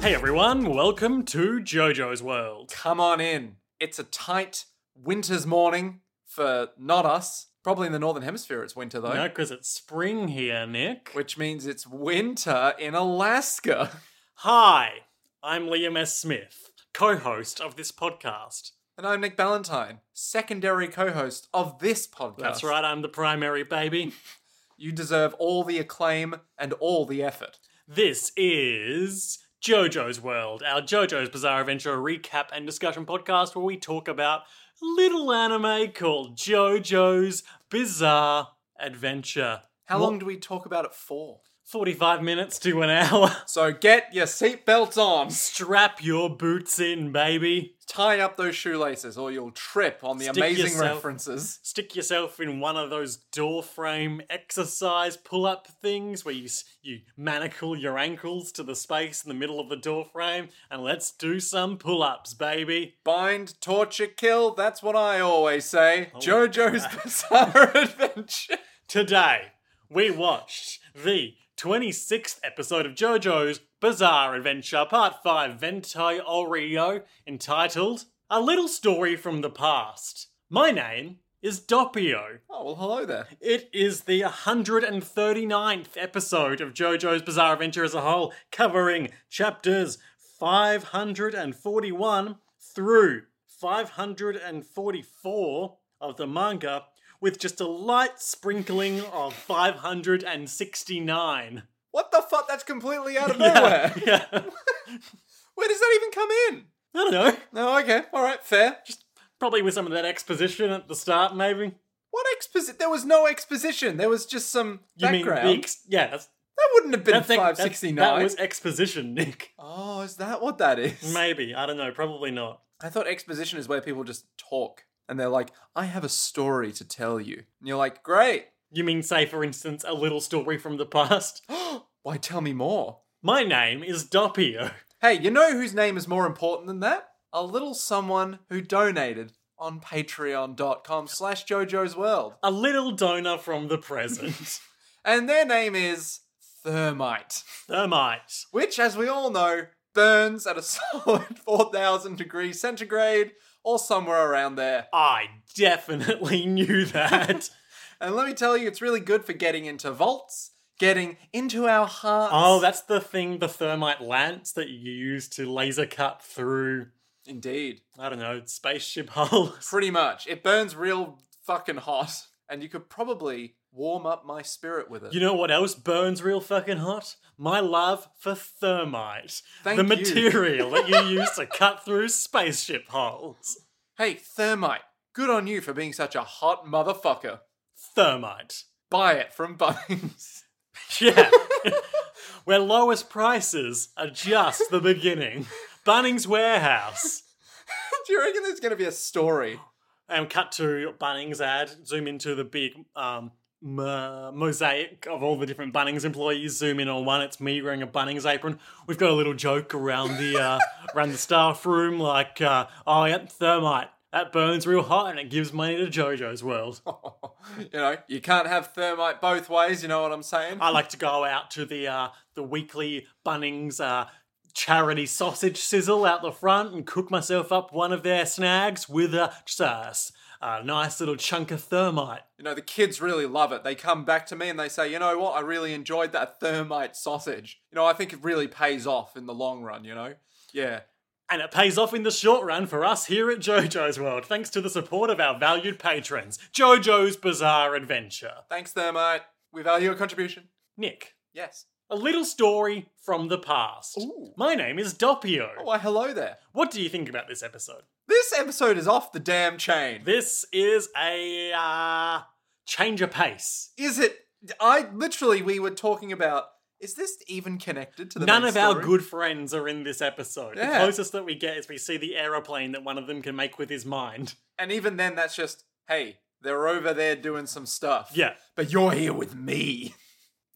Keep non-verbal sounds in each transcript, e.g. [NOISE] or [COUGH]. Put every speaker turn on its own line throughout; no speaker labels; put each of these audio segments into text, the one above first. Hey everyone, welcome to JoJo's World.
Come on in. It's a tight winter's morning for not us. Probably in the northern hemisphere it's winter though,
No, because it's spring here, Nick.
which means it's winter in Alaska. [LAUGHS]
Hi, I'm Liam S. Smith, co host of this podcast.
And I'm Nick Ballantyne, secondary co-host of this podcast.
That's right, I'm the primary baby.
You deserve all the acclaim and all the effort.
This is JoJo's World, our JoJo's Bizarre Adventure recap and discussion podcast where we talk about a little anime called JoJo's Bizarre Adventure.
How long do we talk about it for?
45 minutes to an [LAUGHS] hour.
So get your seatbelts on.
Strap your boots in, baby.
Tie up those shoelaces or you'll trip on the
Stick
amazing
yourself-
references.
stick yourself in one of those door frame exercise pull up things where you s- you manacle your ankles to the space in the middle of the door frame and let's do some pull ups, baby.
Bind, torture, kill, that's what I always say. JoJo's Bizarre [LAUGHS] Adventure.
Today we watched the 26th episode of JoJo's Bizarre Adventure Part 5 Vento Oreo entitled A Little Story from the Past. My name is Doppio.
Oh, well, hello there.
It is the 139th episode of JoJo's Bizarre Adventure as a whole, covering chapters 541 through 544 of the manga, with just a light sprinkling of 569.
What the fuck? That's completely out of
Yeah,
nowhere.
[LAUGHS] yeah.
Where does that even come in?
I don't know.
No, okay, all right, fair. Just
Probably with some of that exposition at the start, maybe.
what exposition? There was no exposition. There was just some
You
background.
mean the ex- yeah? That's,
that wouldn't have been
that thing- that-
569.
That was Mm. exposition, [LAUGHS] Nick.
Oh, is that what that is?
Maybe I don't know. Probably not.
I thought exposition is where people just talk and they're like, "I have a story to tell you," and you're like, "Great, [GASPS]
You mean, say, for instance, a little story from the past? [GASPS]
why tell me more?"
My name is Doppio.
Hey, you know whose name is more important than that? A little someone who donated on patreon.com slash jojo's world.
A little donor from the
[LAUGHS]
present.
And their name is Thermite,
Thermite.
which, as we all know, burns at a [LAUGHS] solid 4,000 degrees centigrade or somewhere around there.
I definitely [LAUGHS] knew
[LAUGHS]
that.
And let me tell you, it's really good for getting into vaults, getting into our hearts.
oh, that's the thing, the thermite lance that you use to laser cut through,
Indeed.
I don't know, spaceship [LAUGHS] hulls.
Pretty much. It burns real fucking hot, and you could probably warm up my spirit with it.
You know what else burns real fucking hot? My love for thermite.
Thank
the
you.
material that
[LAUGHS]
you use to cut through spaceship hulls.
Hey, Thermite, good on you for being such a hot motherfucker.
Thermite.
Buy it from Bunnings. [LAUGHS]
[LAUGHS] Yeah. Where lowest prices are just the beginning. Bunnings Warehouse.
Do you reckon there's going to be a story?
And cut to Bunnings ad, zoom into the big um, mo- mosaic of all the different Bunnings employees, zoom in on one, it's me wearing a Bunnings apron. We've got a little joke around the uh, around the staff room like, uh, oh, yeah, thermite. That burns real hot and it gives money to JoJo's World.
[LAUGHS] you know, you can't have Thermite both ways, you know what I'm saying?
I like to go out to the uh, the weekly Bunnings uh, charity sausage sizzle out the front and cook myself up one of their snags with a just a, s- a nice little chunk of thermite.
You know, the kids really love it. They come back to me and they say, you know what, I really enjoyed that Thermite sausage. You know, I think it really pays off in the long run, you know? Yeah.
And it pays off in the short run for us here at JoJo's World, thanks to the support of our valued patrons. JoJo's Bizarre Adventure.
Thanks, Thermite. We value your contribution.
Nick,
Yes.
a little story from the past.
Ooh.
My name is Doppio.
Oh, why, hello there.
What do you think about this episode?
This episode is off the damn chain.
This is a uh, change of pace.
Is it? I literally we were talking about. Is this even connected to the?
None
main
of our
story?
good friends are in this episode. The
Yeah.
closest that we get is we see the aeroplane that one of them can make with his mind.
And even then, that's just hey, they're over there doing some stuff.
Yeah.
But you're here with me.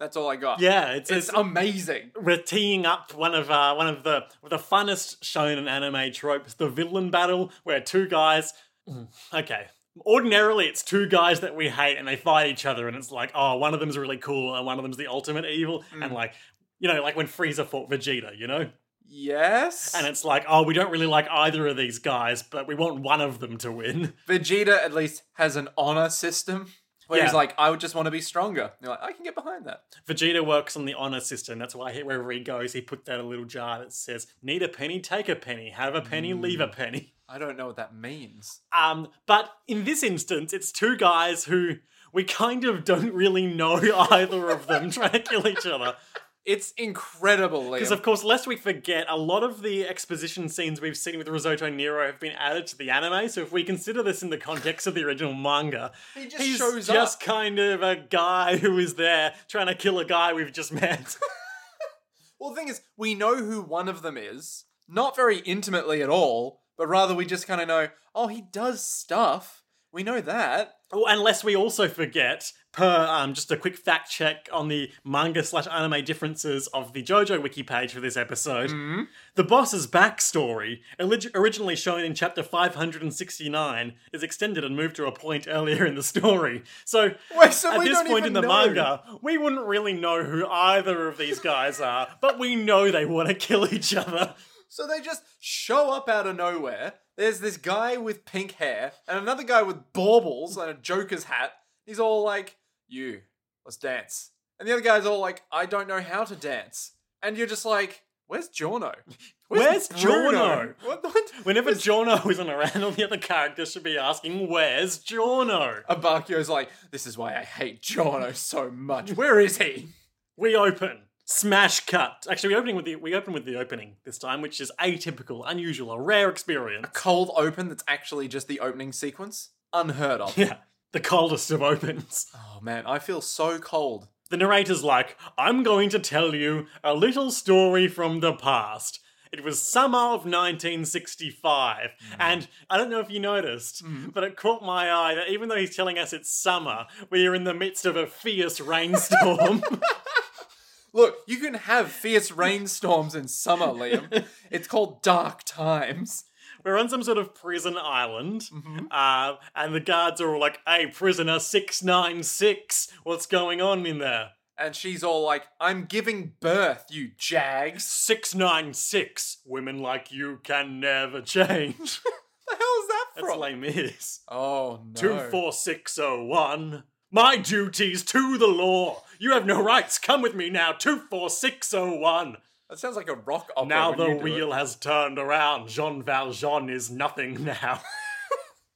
That's all I got.
Yeah, it's,
It's
it's,
amazing.
we're teeing up one of uh, one of the the funnest shonen anime tropes, the villain battle, where two guys. Mm, Okay, ordinarily it's two guys that we hate and they fight each other, and it's like, oh, one of
Mm.
them's really cool and one of them's the ultimate evil, and like, you know, like when Frieza fought Vegeta, you know.
Yes.
And it's like, oh, we don't really like either of these guys, but we want one of them to win.
Vegeta at least has an honor system where he's
Yeah.
like, I would just want to be stronger. You're like, I can get behind that.
Vegeta works on the honor system. That's why he, wherever he goes, he put out a little jar that says, need a penny, take a penny, have a penny, leave
Mm.
a penny.
I don't know what that means.
Um, but in this instance, it's two guys who we kind of don't really know [LAUGHS] either of them trying to kill each other.
It's incredible, Liam.
Because, of course, lest we forget, a lot of the exposition scenes we've seen with Risotto Nero have been added to the anime. So, if we consider this in the context of the original manga,
He just
he's
shows
just
up.
kind of a guy who is there trying to kill a guy we've just met.
Well, the thing is, we know who one of them is, not very intimately at all, but rather we just kind of know, oh, he does stuff. We know that.
Oh, Unless we also forget, per um, just a quick fact check on the manga slash anime differences of the JoJo wiki page for this episode,
Mm-hmm.
the boss's backstory, orig- originally shown in chapter 569, is extended and moved to a point earlier in the story. So
Wait, so
at
we
this
don't
point
even
in the
know.
manga, we wouldn't really know who either of these guys are, but we know they want to kill each other.
So they just show up out of nowhere. There's this guy with pink hair and another guy with baubles and a Joker's hat. He's all like, You, let's dance. And the other guy's all like, I don't know how to dance. And you're just like, Where's Jorno? [LAUGHS]
Where's
Bruno?
Giorno?
[LAUGHS] What, what?
Whenever Jorno isn't around, [LAUGHS] all the other characters should be asking, Where's Jorno?
Abakio's like, This is why I hate Jorno so much. Where is he? [LAUGHS]
We open. Smash cut. Actually, we opening with the we open with the opening this time, which is atypical, unusual, a rare experience. [LAUGHS]
Cold open that's actually just the opening sequence? Unheard of.
Yeah, the coldest of opens.
oh man, I feel so cold.
The narrator's like, "I'm going to tell you a little story from the past." It was summer of 1965, and I don't know if you noticed, but it caught my eye that even though he's telling us it's summer, we are in the midst of a fierce rainstorm.
Look, you can have fierce rainstorms in summer, Liam. It's called dark times.
We're on some sort of prison island,
Mm-hmm.
uh, and the guards are all like, "Hey, prisoner six nine six, what's going on in there?
And she's all like, I'm giving birth, you jags.
Six nine six, women like you can never
[LAUGHS]
change."
What the hell is that
That's
from?
lame is.
oh no.
[LAUGHS] Two four six oh one. My duties to the law. You have no rights. Come with me now. Two four six oh one.
That sounds like a rock opera.
Now
when
the
you do it.
wheel has turned around. Jean Valjean is nothing [LAUGHS] now.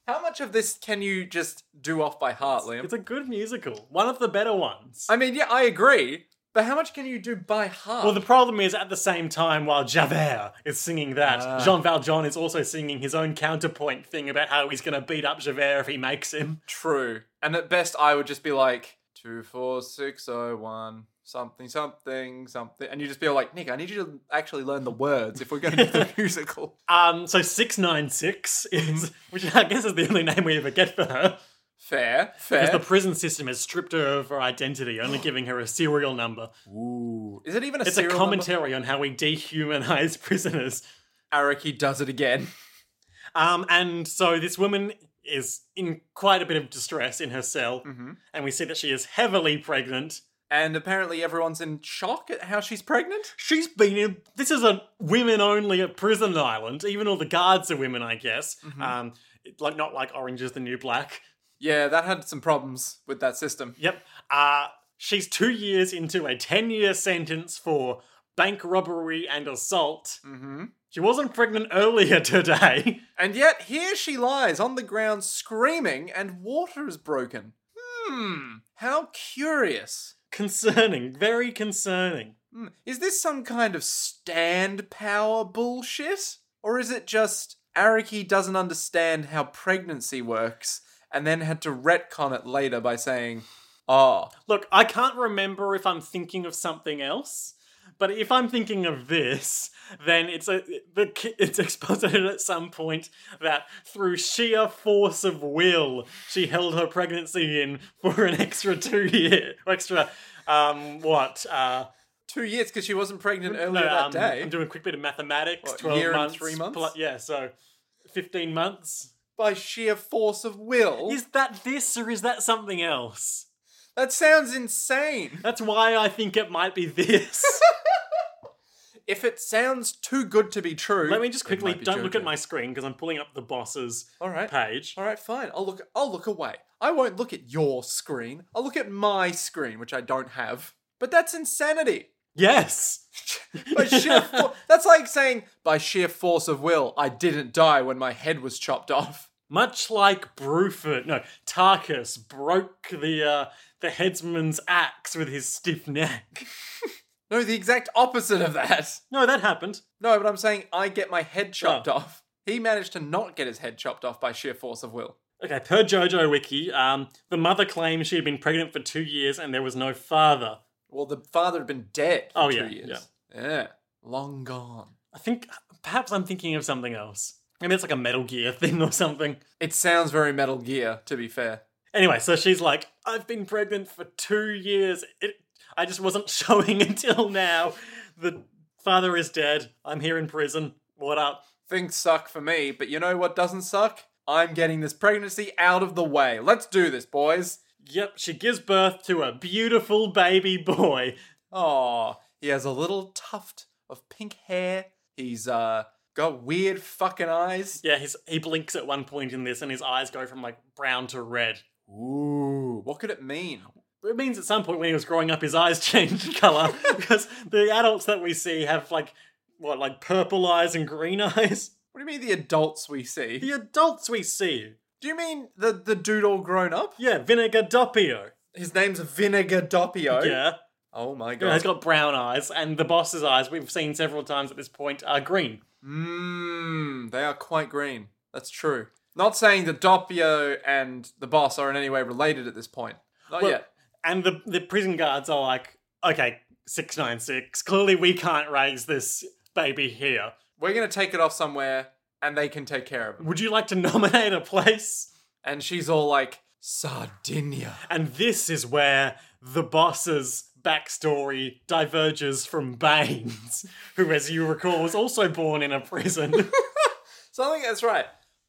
How much of this can you just do off by heart, Liam?
it's a good musical. One of the better ones.
I mean, yeah, I agree, but how much can you do by heart?
Well, the problem is at the same time, while Javert is singing that,
Ah.
Jean Valjean is also singing his own counterpoint thing about how he's going to beat up Javert if he makes him.
True. And at best, I would just be like, 24601, oh, something, something, something. And you just be all like, Nick, I need you to actually learn the words if we're going to do the [LAUGHS] musical.
Um, so 696 is,
Mm-hmm.
which I guess is the only name we ever get for her,
Fair,
because the
fair.
prison system has stripped her of her identity,
[GASPS]
only giving her a serial number.
Ooh. Is it even a
It's
serial
a
number?
commentary on how we dehumanize [LAUGHS] prisoners.
Araki does it again.
Um, and so this woman is in quite a bit of distress in her cell,
Mm-hmm.
and we see that she is heavily pregnant.
And apparently, everyone's in shock at how she's pregnant.
She's been in. This is a women only prison island. Even all the guards are women, I guess. Um, it- like not like Orange is the New Black.
Yeah, that had some problems with that system.
Yep. Uh, she's two years into a ten-year sentence for bank robbery and assault.
Mm-hmm.
She wasn't pregnant earlier [LAUGHS] today.
And yet, here she lies on the ground screaming, and water is broken. Hmm, how curious.
concerning. Very concerning.
Hmm, Is this some kind of stand power bullshit? Or is it just Araki doesn't understand how pregnancy works and then had to retcon it later by saying, oh,
Look, I can't remember if I'm thinking of something else, but if I'm thinking of this, then it's a the ki- [LAUGHS] it's exposited at some point that through sheer force of will, she held her pregnancy in for an extra two year, or extra um what uh.
two years because she wasn't pregnant earlier
no,
that
um,
day.
I'm doing a quick bit of mathematics.
What,
Twelve
year and
months,
three months?
plu- yeah, so fifteen months.
by sheer force of will.
Is that this or is that something else?
that sounds insane.
[LAUGHS] That's why I think it might be this.
If it sounds too good to be true,
Let me just
it
quickly
might be
don't look at
joking.
my screen because I'm pulling up the boss's
All right,
page.
all right, fine. I'll look. I'll look away. I won't look at your screen. I'll look at my screen, which I don't have. But that's insanity.
Yes. [LAUGHS]
By sheer for- that's like saying by sheer force of will, I didn't die when my head was chopped off.
Much like Bruford, no, Tarkus broke the uh, the headsman's axe with his stiff neck. [LAUGHS]
No, the exact opposite of that.
No, that happened.
No, but I'm saying I get my head chopped
Oh.
off. He managed to not get his head chopped off by sheer force of will.
Okay, per JoJo Wiki, um, the mother claimed she had been pregnant for two years and there was no father.
Well, the father had been dead for
Oh,
two
yeah,
years. Yeah. yeah. Long gone.
I think perhaps I'm thinking of something else. Maybe it's like a Metal Gear [LAUGHS] thing or something.
It sounds very Metal Gear, to be fair.
Anyway, so she's like, I've been pregnant for two years. It, I just wasn't [LAUGHS] showing until now. The father is dead. I'm here in prison. What up?
Things suck for me, but you know what doesn't suck? I'm getting this pregnancy out of the way. Let's do this, boys.
Yep, she gives birth to a beautiful baby boy.
Aw, he has a little tuft of pink hair. He's uh got weird fucking eyes.
Yeah, his, he blinks at one point in this and his eyes go from like brown to red.
Ooh, what could it mean?
It means at some point when he was growing up, his eyes [LAUGHS] changed colour because the adults that we see have like, what, like purple eyes and green [LAUGHS] eyes?
What do you mean the adults we see?
The adults we see.
Do you mean the the dude all grown up?
Yeah, Vinegar Doppio.
His name's Vinegar Doppio.
Yeah.
Oh my
Yeah, he's
god.
got brown eyes, and the boss's eyes, we've seen several times at this point, are green.
Mmm, they are quite green. That's true. Not saying that Doppio and the boss are in any way related at this point. Not
Well-
yet.
And the, the prison guards are like, okay, 696, clearly we can't raise this baby here.
We're gonna take it off somewhere and they can take care of him.
Would you like to [LAUGHS] nominate a place?
And she's all like, Sardinia.
And this is where the boss's backstory diverges from Bane's, [LAUGHS] who, as you recall, was also born in a prison. [LAUGHS]
So I think that's right.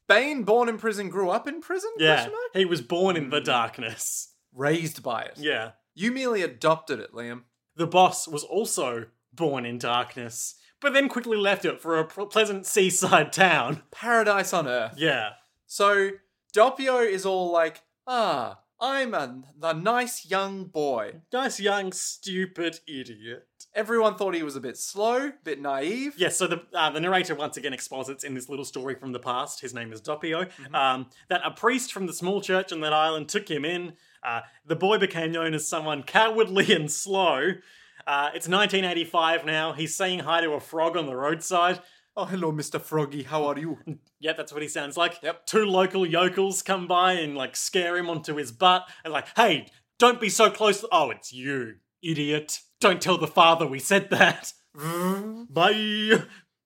Bane, born in prison, grew up in prison?
yeah,
Question mark?
he was born in the darkness.
Raised by it.
Yeah.
You merely adopted it, Liam.
The boss was also born in darkness, but then quickly left it for a pl- pleasant seaside town. [LAUGHS]
Paradise on earth.
Yeah.
So Doppio is all like, ah, I'm a, a nice young boy.
Nice young, stupid idiot.
Everyone thought he was a bit slow, bit naive.
Yes, so the, uh, the narrator once again exposits in this little story from the past, his name is Doppio, um, that a priest from the small church on that island took him in. Uh, the boy became known as someone cowardly and slow. Uh, it's 1985 now. He's saying hi to a frog on the roadside.
Oh, hello, Mr. Froggy, how are you? [LAUGHS]
Yep, that's what he sounds like.
Yep.
Two local yokels come by and like scare him onto his butt and like, hey, don't be so close. Oh, it's you, idiot. Don't tell the father we said that. [LAUGHS] Bye.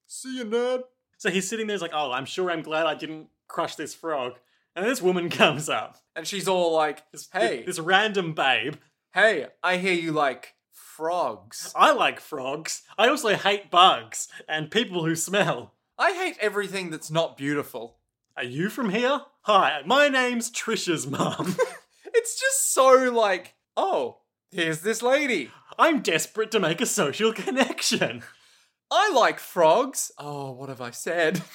See you, nerd.
So he's sitting there, he's like, oh, I'm sure I'm glad I didn't crush this frog. And this woman [LAUGHS] comes up.
And she's all like,
This,
hey,
This random babe.
hey, I hear you like frogs.
I like frogs. I also hate bugs and people who smell.
I hate everything that's not beautiful.
Are you from here? Hi, my name's Trisha's mum. [LAUGHS]
It's just so like, oh, here's this lady.
I'm desperate to make a social [LAUGHS] connection.
I like frogs. Oh, what have I said? [LAUGHS]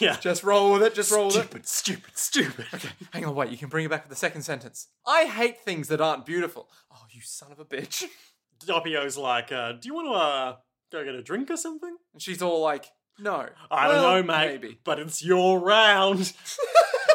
Yeah.
Just roll with it, just roll with it.
stupid, stupid, [LAUGHS] stupid.
Hang on, wait, you can bring it back with the second sentence. I hate things that aren't beautiful. Oh, you son of a bitch. [LAUGHS]
Doppio's like, uh, do you want to uh, go get a drink or something?
And she's all like, no.
I
Well,
don't know, mate.
Maybe.
But it's your round.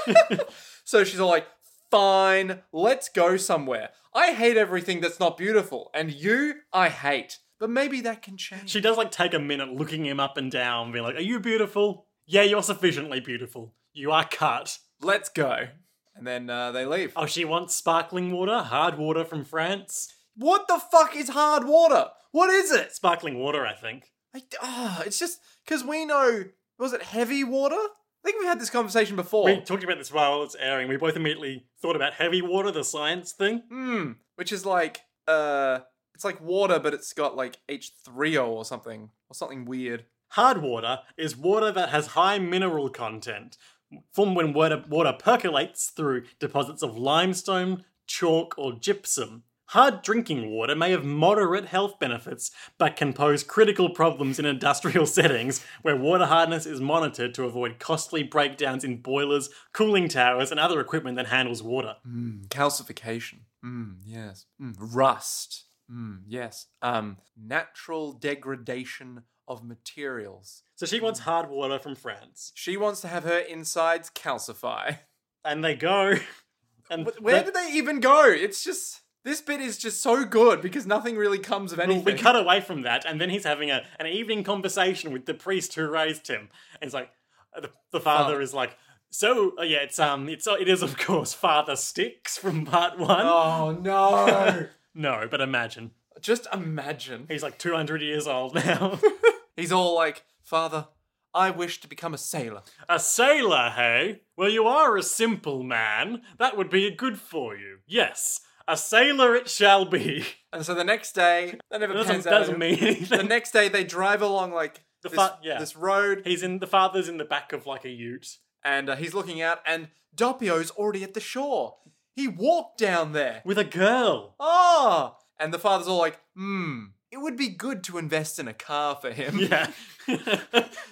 [LAUGHS]
So she's all like, fine, let's go somewhere. I hate everything that's not beautiful, and you, I hate. But maybe that can change.
She does like take a minute looking him up and down, being like, Are you beautiful? Yeah, you're sufficiently beautiful. You are cut.
let's go. And then uh, they leave.
Oh, she wants sparkling water, hard water from France.
What the fuck is hard water? What is it?
Sparkling water, I think.
I, ah, it's just because we know, was it heavy water? I think we've had this conversation before.
We talked about this while it's airing. We both immediately thought about heavy water, the science thing.
Hmm. Which is like, uh, it's like water, but it's got like H3O or something, or something weird.
Hard water is water that has high mineral content, formed when water, water percolates through deposits of limestone, chalk, or gypsum. Hard drinking water may have moderate health benefits, but can pose critical problems in industrial [LAUGHS] settings where water hardness is monitored to avoid costly breakdowns in boilers, cooling towers, and other equipment that handles water.
Mm, calcification. Mm, yes. Mm, rust. Mm, yes. Um, natural degradation of materials.
So she wants hard water from France.
She wants to have her insides calcify. [LAUGHS]
And they go. [LAUGHS] And
Wh- Where
they-
did they even go? It's just this bit is just so good because nothing really comes of anything.
[LAUGHS] we cut away from that, and then he's having a, an evening conversation with the priest who raised him. And it's like, uh, the, the father
Father.
is like, so uh, yeah, it's um, it's uh, it is of course Father Sticks from part one.
[LAUGHS] oh no! [LAUGHS]
No, but imagine
just imagine.
he's like two hundred years old [LAUGHS] now,
He's all like, "Father, I wish to become a sailor."
a sailor, hey? Well, you are a simple man. That would be good for you. Yes, a sailor it shall be. [LAUGHS]
And so the next day, that never
That doesn't,
pans
that
out.
doesn't mean
[LAUGHS] the
anything.
next day, they drive along like this,
fa- yeah.
this road,
He's in the father's in the back of like a ute.
and uh, he's looking out, and Doppio's already at the shore. He walked down there.
with a girl.
Ah! And the father's all like, "Hmm, it would be good to invest in a car for him."
[LAUGHS] Yeah.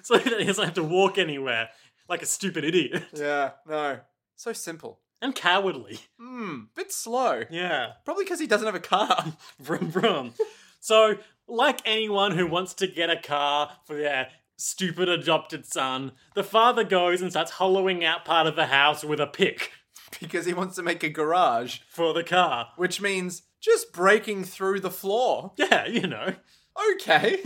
so that he doesn't have to walk anywhere like a stupid idiot.
Yeah, no. So simple.
And cowardly.
Hmm, bit slow.
Yeah.
Probably because he doesn't have a car. [LAUGHS]
Vroom vroom. so, like anyone who wants to get a car for their stupid adopted son, the father goes and starts hollowing out part of the house with a pick
because he wants to make a garage,
for the car.
which means just breaking through the floor.
Yeah, you know. [LAUGHS]
Okay.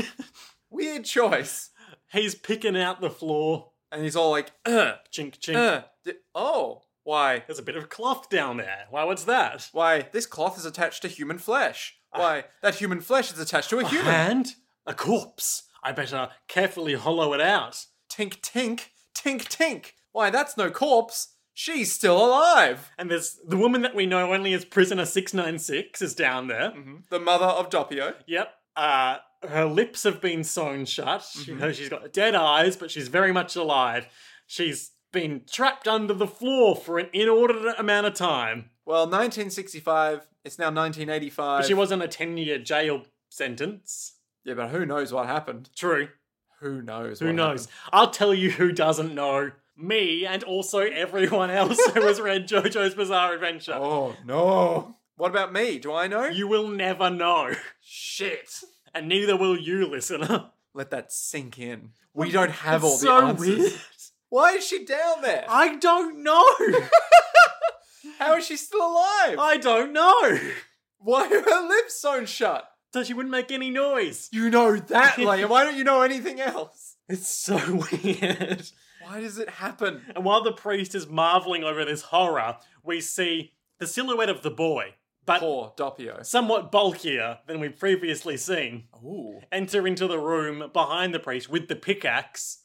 Weird choice.
He's picking out the floor.
And he's all like, [CLEARS THROAT] uh,
Chink chink.
uh, d- oh, why?
There's a bit of cloth down there. Why, what's that?
Why, this cloth is attached to human flesh.
Ah.
Why, that human flesh is attached to a human.
And a corpse. I better carefully hollow it out.
Tink, tink, tink, tink. Why, that's no corpse. She's still alive.
And there's the woman that we know only as prisoner 696 is down there.
The mother of Doppio.
Yep. Uh, her lips have been sewn shut.
Mm-hmm.
She- she's got dead eyes, but she's very much alive. She's been trapped under the floor for an inordinate amount of time.
Well, 1965, it's now 1985.
But she wasn't a 10 year jail sentence.
yeah, but who knows what happened?
True.
Who knows?
Who knows?
um,
I'll tell you who doesn't know. Me and also everyone else who has read [LAUGHS] JoJo's Bizarre Adventure.
Oh, no. What about me? Do I know?
You will never know.
shit.
And neither will you, listener.
Let that sink in. We don't have all the
so
answers.
weird.
Why is she down there?
I don't know.
How is she still alive?
I don't know.
Why are her lips sewn shut?
So she wouldn't make any noise.
You know
[LAUGHS]
that, Liam. Why don't you know anything else?
It's so [LAUGHS] weird.
Why does it happen?
And while the priest is marveling over this horror, we see the silhouette of the boy, but
Poor Doppio.
somewhat bulkier than we've previously seen,
Ooh.
enter into the room behind the priest with the pickaxe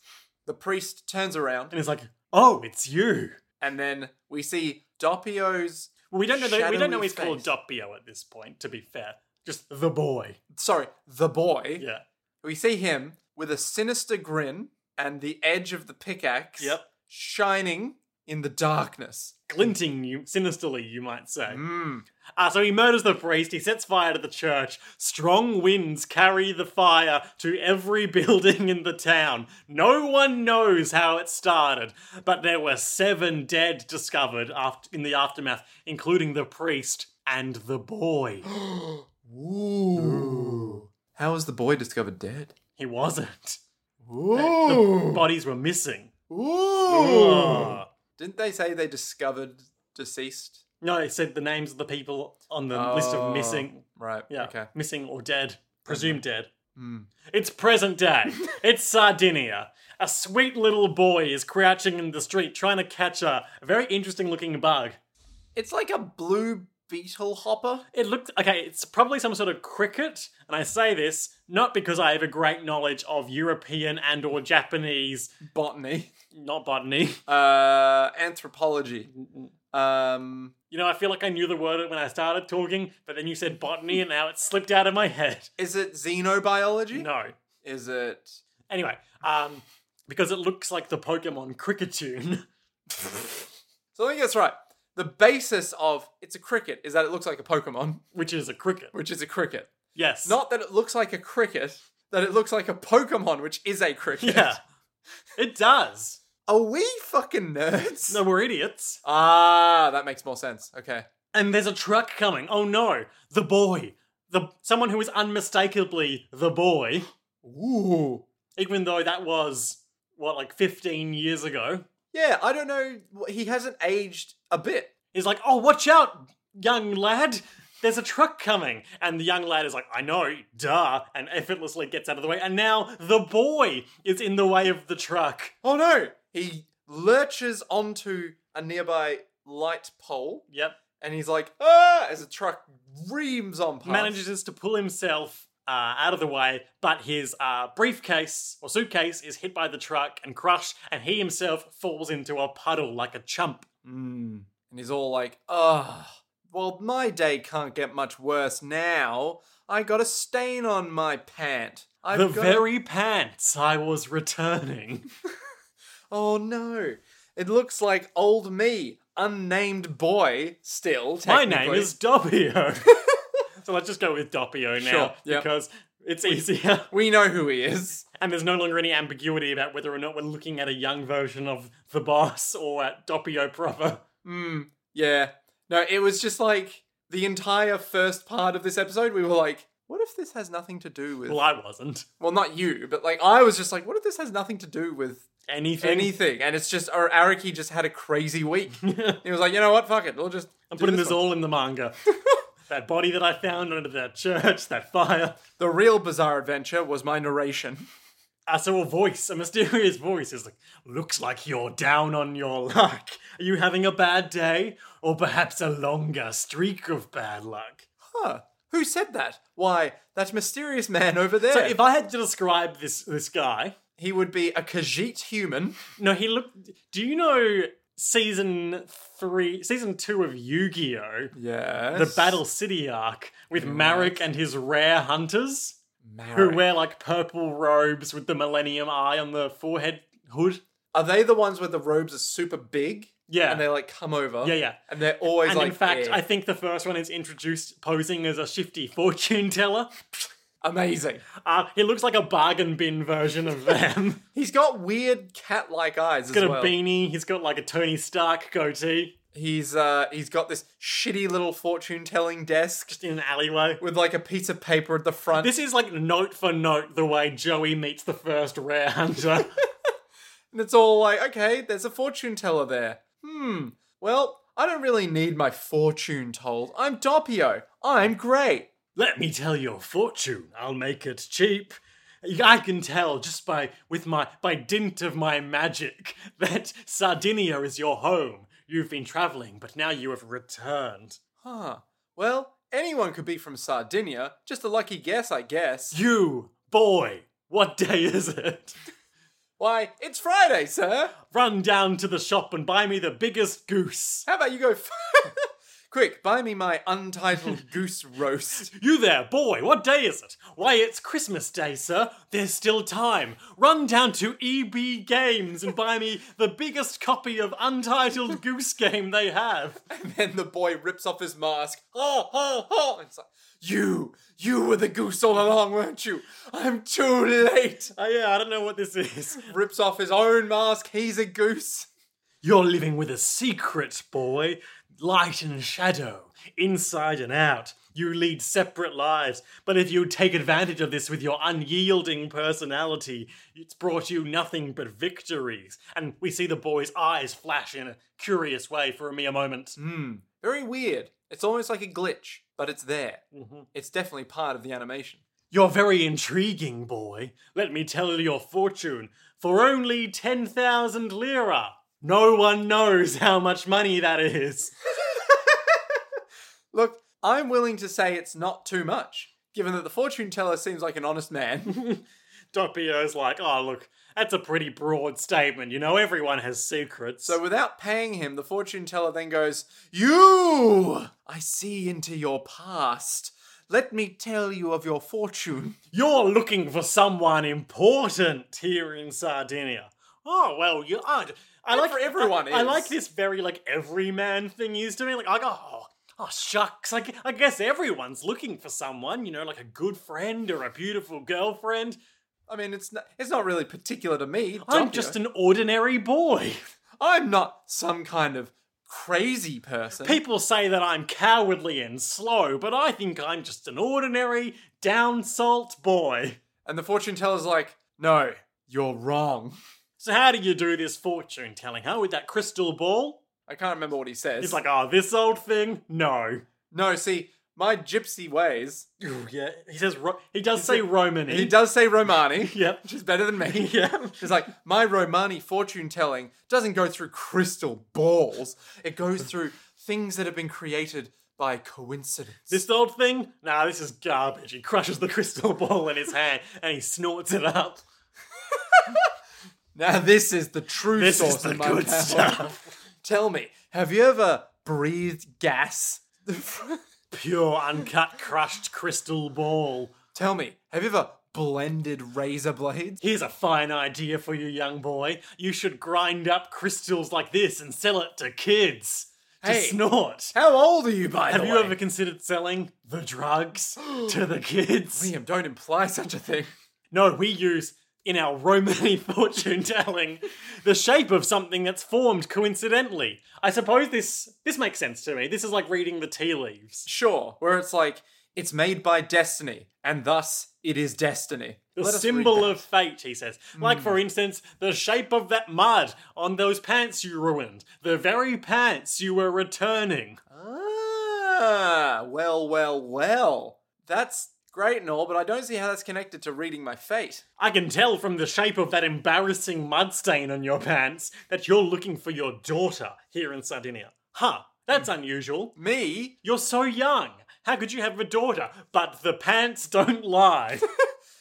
The priest turns around,
and is like, "Oh, it's you."
and then we see Doppio's.
Well, we don't know. That, we don't know
Shadowy
he's called Doppio at this point. To be fair, just the boy.
Sorry, the boy.
Yeah.
We see him with a sinister grin and the edge of the pickaxe
Yep.
shining in the darkness.
Glinting you sinisterly, you might say.
Mm. [GASPS]
Ah, so he murders the priest, he sets fire to the church. Strong winds carry the fire to every [LAUGHS] building in the town. No one knows how it started, but there were seven dead discovered aft in the aftermath, including the priest and the boy.
Ooh. How was the boy discovered dead?
He wasn't. The
Ooh.
bodies were missing.
Ooh.
Ah.
Didn't they say they discovered deceased?
No, it said the names of the people on the list
Oh,
of missing.
Right.
Yeah,
Okay.
missing or dead, presumed dead.
Hmm.
It's present day. it's Sardinia. A sweet little boy is crouching in the street trying to catch a, a very interesting looking bug.
It's like a blue beetle hopper.
It looked okay, it's probably some sort of cricket, and I say this not because I have a great knowledge of European and or Japanese
Botany.
not botany. [LAUGHS]
Uh, anthropology. Um,
You know, I feel like I knew the word when I started talking, but then you said botany and now it slipped out of my head.
is it xenobiology?
No.
Is it?
Anyway, um [LAUGHS] because it looks like the Pokemon Cricketune.
So I think that's right. the basis of it's a cricket is that it looks like a Pokemon,
which is a cricket.
which is a cricket.
Yes.
Not that it looks like a cricket, that it looks like a Pokemon, which is a cricket.
Yeah. It does.
Are we fucking nerds?
No, we're idiots.
Ah, that makes more sense. Okay.
And there's a truck coming. Oh no, the boy. The someone who is unmistakably the boy,
Ooh.
even though that was what like 15 years ago.
Yeah, I don't know. He hasn't aged a bit.
He's like, "Oh, watch out, young lad. There's a truck coming." And the young lad is like, "I know, duh," and effortlessly gets out of the way. And now the boy is in the way of the truck.
Oh no! He lurches onto a nearby light pole
Yep.
and he's like, ah, as a truck reams on past.
manages to pull himself uh, out of the way, but his uh, briefcase or suitcase is hit by the truck and crushed, and he himself falls into a puddle like a chump.
Mm. And he's all like, ah, well, my day can't get much worse now. I got a stain on my pant. I've
the
got-
very pants I was
[LAUGHS]
returning.
Oh no! It looks like old me, unnamed boy, still.
My name
technically.
is Doppio.
[LAUGHS]
so let's just go with Doppio now
Sure, yep.
because it's easier,
We know who he is.
and there's no longer any ambiguity about whether or not we're looking at a young version of the boss or at Doppio proper.
Mm, yeah. No, it was just like the entire first part of this episode, we were like, what if this has nothing to do with.
Well, I wasn't.
well, not you, but like, I was just like, what if this has nothing to do with
Anything.
anything? And it's just, our Araki just had a
[LAUGHS]
crazy week.
Anything.
he was like, you know what? Fuck it. We'll just.
I'm
do
putting this
one."
all in the
[LAUGHS]
manga. that body that I found under that church, that fire.
The real bizarre adventure was my narration.
I saw Ah, a voice, a mysterious voice. It's like, looks like you're down on your luck. Are you having a bad day? Or perhaps a longer streak of bad luck?
Huh. Who said that? Why, that mysterious man over there.
So if I had to describe this this guy,
he would be a Khajiit human.
no, he looked do you know season three season two of Yu-Gi-Oh!
Yes.
The Battle City arc with Marek and his rare hunters? who
Marek.
wear like purple robes with the millennium eye on the forehead hood.
Are they the ones where the robes are super big?
Yeah.
And they like come over.
Yeah, yeah.
And they're always
And
like. "Eh,
in fact,
"Yeah."
I think the first one is introduced posing as a shifty fortune teller.
amazing.
Uh, he looks like a bargain bin version of them. [LAUGHS]
He's got weird cat-like eyes
he's
as
got
well.
a beanie, he's got like a Tony Stark goatee
He's uh he's got this shitty little fortune-telling desk
just in an alleyway.
with like a piece of paper at the front.
This is like note for note the way Joey meets the first rare hunter.
And it's all like, okay, there's a fortune teller there. Hmm. Well, I don't really need my fortune told. I'm Doppio. I'm great.
Let me tell your fortune. I'll make it cheap. I can tell just by with my by dint of my magic [LAUGHS] that Sardinia is your home. You've been travelling, but now you have returned.
Huh. Well, anyone could be from Sardinia. Just a lucky guess, I guess.
You boy, what day is it?
Why, it's Friday, sir.
Run down to the shop and buy me the biggest goose.
How about you go [LAUGHS] f- Quick, buy me my untitled goose roast.
You there, boy, what day is it? Why, it's Christmas Day, sir. There's still time. Run down to EB Games and buy me the biggest copy of Untitled Goose Game they have.
And then the boy rips off his mask. Ho, ho, ho! And it's like, you, you were the goose all along, weren't you? I'm too late.
Oh yeah, I don't know what this is. [LAUGHS]
Rips off his own mask. He's a goose.
You're living with a secret, boy. Light and shadow, inside and out. You lead separate lives, but if you take advantage of this with your unyielding personality, it's brought you nothing but victories. And we see the boy's eyes flash in a curious way for a mere moment.
Hmm. Very weird. It's almost like a glitch, but it's there.
Mhm.
It's definitely part of the animation.
You're very intriguing, boy. Let me tell your fortune. For only 10,000 lira. No one knows how much money that is.
Look, I'm willing to say it's not too much, given that the fortune teller seems like an honest man.
Doppio's like, oh, look, that's a pretty broad statement. You know, everyone has secrets.
so without paying him, the fortune teller then goes, You! I see into your past. Let me tell you of your fortune. [LAUGHS]
you're looking for someone important here in Sardinia. Oh, well, you, I, I
Not
like
for everyone
I, I
is.
like this very like everyman thing he's doing. Like I go, oh, oh shucks. I, gu- I guess everyone's looking for someone, you know, like a good friend or a beautiful girlfriend.
I mean, it's not, it's not really particular to me.
I'm
Doppio.
just an ordinary boy.
I'm not some kind of crazy person.
People say that I'm cowardly and slow, but I think I'm just an ordinary down salt boy.
and the fortune teller's like, no, you're wrong. [LAUGHS]
So how do you do this fortune telling? Huh? With that crystal ball?
I can't remember what he says.
It's like, oh, this old thing? No.
no, see, my gypsy ways.
Ooh, yeah. He says Ro- he does say Romany.
He does
[LAUGHS]
say Romani,
Yep.
which is better than me.
[LAUGHS] Yeah.
It's like my Romani fortune telling doesn't go through crystal balls. It
[LAUGHS]
goes through things that have been created by coincidence.
This old thing? Nah, this is garbage. He crushes the crystal [LAUGHS] ball in his hand and he snorts it up.
now this is the true
This
source
is the
of my
good
power.
stuff.
[LAUGHS] Tell me, have you ever breathed gas? [LAUGHS]
Pure, uncut, crushed crystal ball.
Tell me, have you ever blended razor blades?
Here's a fine idea for you, young boy. You should grind up crystals like this and sell it to kids to
Hey.
snort.
How old are you, by
Have
the
you
way?
ever considered selling the
[GASPS]
drugs to the kids?
Liam, don't imply such a thing. [LAUGHS]
No, we use in our Romany [LAUGHS] fortune telling the shape of something that's formed coincidentally. I suppose this this makes sense to me. This is like reading the tea leaves.
Sure, where it's like it's made by destiny, and thus it is destiny.
The
Let us read
symbol
that. Hmm.
of fate, he says. Like, for instance, the shape of that mud on those pants you ruined. The very pants you were returning.
Ah, well, well, well. That's great and all, but I don't see how that's connected to reading my fate.
I can tell from the shape of that embarrassing mud stain on your pants that you're looking for your daughter here in Sardinia. Huh, that's
Hmm.
unusual.
Me?
You're so young. How could you have a daughter? But the pants don't lie. [LAUGHS]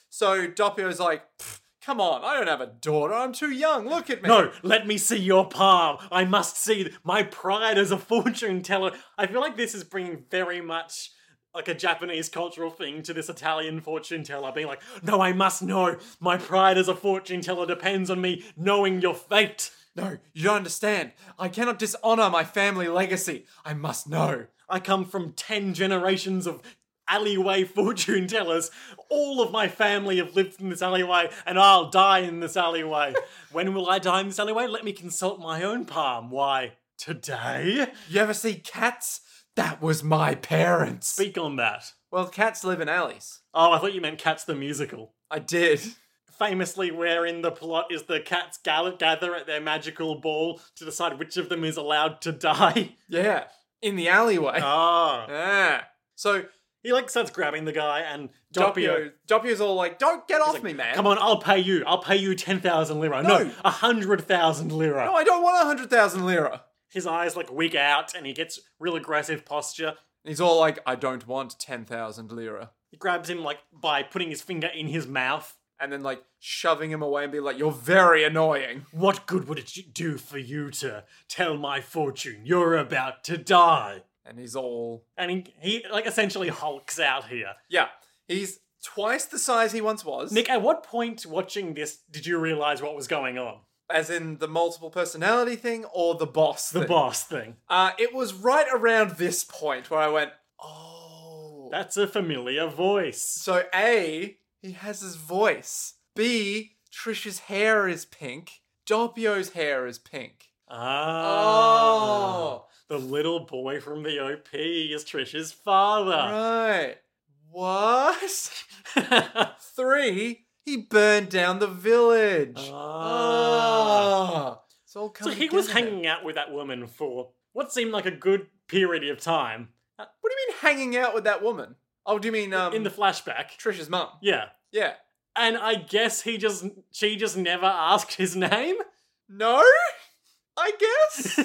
So Doppio's like, "Pff, come on, I don't have a daughter. I'm too young. Look at me.
no, let me see your palm. I must see my pride as a fortune teller. I feel like this is bringing very much like a Japanese cultural thing to this Italian fortune teller being like, no, I must know. My pride as a fortune teller depends on me knowing your fate.
No, you don't understand. I cannot dishonor my family legacy. I must know.
I come from 10 generations of alleyway [LAUGHS] fortune tellers. All of my family have lived in this alleyway, and I'll die in this [LAUGHS] alleyway. when will I die in this alleyway? Let me consult my own palm. Why? Today?
You ever see cats? That was my parents.
Speak on that.
well, cats live in alleys.
Oh, I thought you meant Cats the Musical.
I did.
Famously, wherein the plot is the cats gall- gather at their magical ball to decide which of them is allowed to die.
Yeah, in the alleyway.
Ah.
Ah. So
[LAUGHS] He like starts grabbing the guy and Doppio
Doppio, Doppio's all like, "Don't get off me, man."
Come on, I'll pay you. I'll pay you 10,000 lira. No,
No.
100,000 lira.
No, I don't want a hundred thousand lira.
His eyes like wig out and he gets real aggressive posture.
And he's all like, "I don't want ten thousand lira,"
He grabs him like by putting his finger in his mouth.
and then like shoving him away and be like, "You're very annoying."
What good would it do for you to tell my fortune? You're about to die.
And he's all,
And he, he like essentially hulks out here.
yeah, he's twice the size he once was.
Nick, at what point watching this did you realize what was going on?
as in the multiple personality thing or the boss.
The
thing?
boss thing.
Uh, it was right around this point where I went, "Oh."
That's a familiar voice.
So A, he has his voice. B, Trish's hair is pink. Doppio's hair is pink.
Ah.
Oh,
The little boy from the OP is Trish's father.
right. What?
[LAUGHS]
[LAUGHS] Three, he burned down the village. Ah. It's all
so
coming
he was
together.
hanging out with that woman for what seemed like a good period of time
What do you mean hanging out with that woman? Oh, do you mean um
in the flashback.
Trish's mum?
Yeah.
Yeah.
And I guess he just she just never asked his name. [LAUGHS]
No? I guess?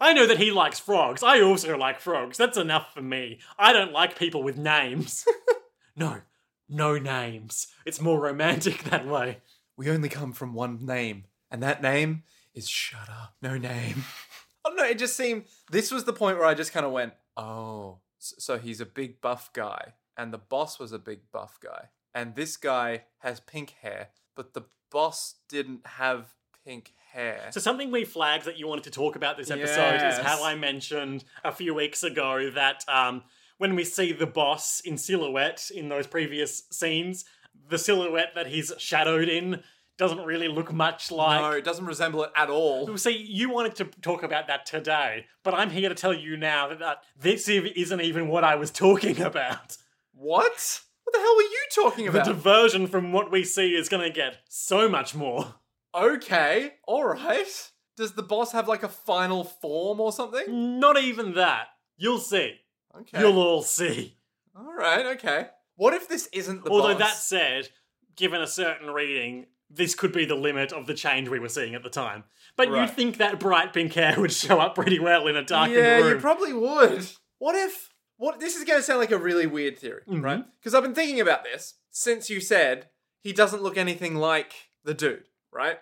I know that he likes frogs. I also like frogs. That's enough for me. I don't like people with names. [LAUGHS] no. No names. It's more romantic [LAUGHS] that way.
we only come from one name, and that name is Shut Up, No Name. [LAUGHS] I don't know, it just seemed this was the point where I just kind of went, oh, s- so he's a big buff guy, and the boss was a big buff guy, and this guy has pink hair, but the boss didn't have pink hair.
So something we flagged that you wanted to talk about this episode
Yes.
is how I mentioned a few weeks ago that um, when we see the boss in silhouette in those previous scenes, the silhouette that he's shadowed in doesn't really look much like.
no, it doesn't resemble it at all.
See, you wanted to talk about that today, but I'm here to tell you now that, that this ev- isn't even what I was talking about.
What? What the hell were you talking
The
about?
diversion from what we see is going to get so much more.
okay, all right. Does the boss have like a final form or something?
Not even that. You'll see.
Okay.
You'll all see.
All right, okay. What if this isn't the
Although
boss?
that said, given a certain reading, this could be the limit of the change we were seeing at the time. But
Right.
you'd think that bright pink hair would show up pretty well in a darkened
yeah,
room.
you probably would. What if? What? This is going to sound like a really weird theory,
Mhm.
right? Because I've been thinking about this since you said he doesn't look anything like the dude, right?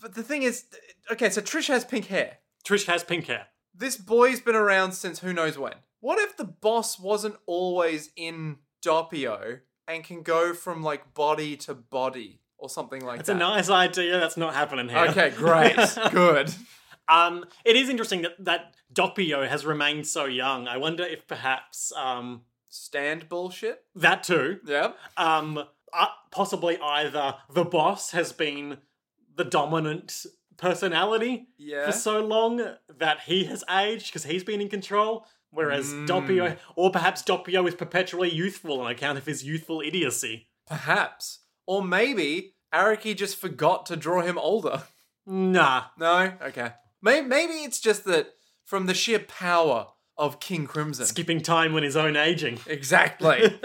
But the thing is, th- okay, so Trish has pink hair.
Trish has pink hair.
This boy's been around since who knows when. What if the boss wasn't always in Doppio and can go from like body to body or something like
That's
that?
a nice idea. That's not happening here.
okay, great, good.
[LAUGHS] Um, it is interesting that that Doppio has remained so young. I wonder if perhaps um,
Stand bullshit.
that too,
Yeah.
um, uh, possibly either the boss has been the dominant personality
Yeah.
for so long that he has aged because he's been in control, whereas
Mm.
Doppio, or perhaps Doppio is perpetually youthful on account of his youthful idiocy.
Perhaps. Or maybe Araki just forgot to draw him older. [LAUGHS]
Nah,
No? Okay. Maybe, maybe it's just that from the sheer power of King Crimson.
skipping time when his own aging. [LAUGHS]
exactly.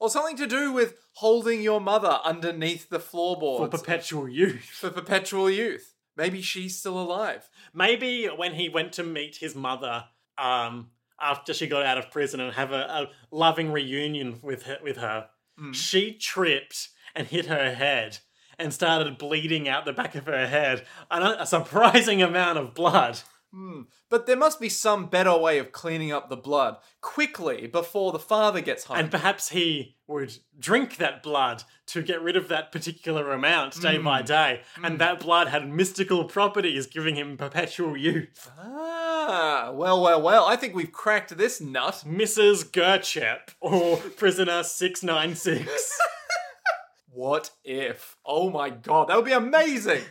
or something to do with holding your mother underneath the
For
floorboards
perpetual [LAUGHS] youth.
for perpetual youth. Maybe she's still alive.
Maybe when he went to meet his mother, um, after she got out of prison and have a, a loving reunion with her, with her, she tripped and hit her head and started bleeding out the back of her head, an, a surprising amount of blood.
But there must be some better way of cleaning up the blood quickly before the father gets home.
And perhaps he would drink that blood to get rid of that particular amount day by day. And that blood had mystical properties, giving him perpetual youth.
ah, well, well, well. I think we've cracked this nut.
Mrs. Gerchep, or Prisoner [LAUGHS] 696.
What if? Oh my god, that would be
[LAUGHS]
amazing!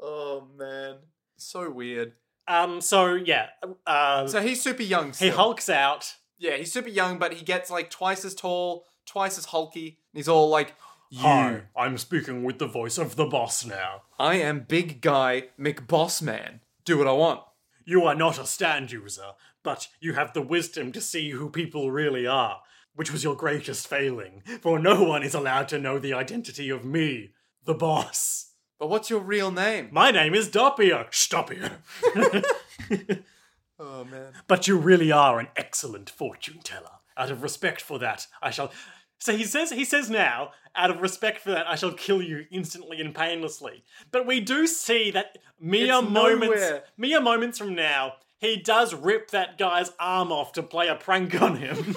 oh man, so weird.
um, so, yeah. Uh,
So he's super young.
he
Still.
hulks out.
yeah, he's super young, but he gets like twice as tall, twice as hulky, and he's all like, "You,
Hi, I'm speaking with the voice of the boss now.
I am big guy McBossman. Do what I want."
You are not a stand user, but you have the wisdom to see who people really are, which was your greatest failing, for no one is allowed to know the identity of me, the boss.
But what's your real name?
My name is Doppio. Stoppio.
Oh man.
but you really are an excellent fortune teller. Out of respect for that, I shall. So he says, he says now, out of respect for that, I shall kill you instantly and painlessly. But we do see that mere
It's
moments,
nowhere.
mere moments from now, he does rip that guy's arm off to play a prank on him.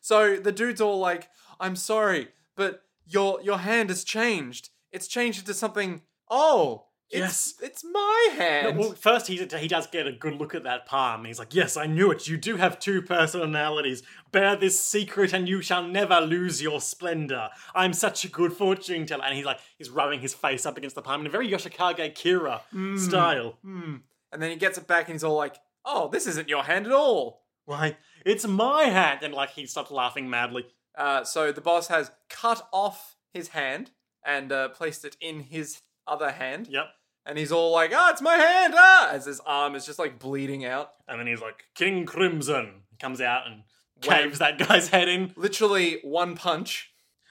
So the dude's all like, "I'm sorry, but your your hand has changed. It's changed into something. Oh, it's, it's my hand."
well, first he he does get a good look at that palm. He's like, "Yes, I knew it. You do have two personalities. Bear this secret, and you shall never lose your splendor. I'm such a good fortune teller." And he's like, he's rubbing his face up against the palm in a very Yoshikage Kira style.
Hmm. And then he gets it back and he's all like, oh, this isn't your hand at all.
Why? It's my hand. And like he starts laughing madly.
Uh, so the boss has cut off his hand and uh, placed it in his other hand.
Yep.
And he's all like, ah, it's my hand, ah! As his arm is just like bleeding out.
And then he's like, "King Crimson." He comes out and
Wham.
caves that guy's head in.
Literally one punch.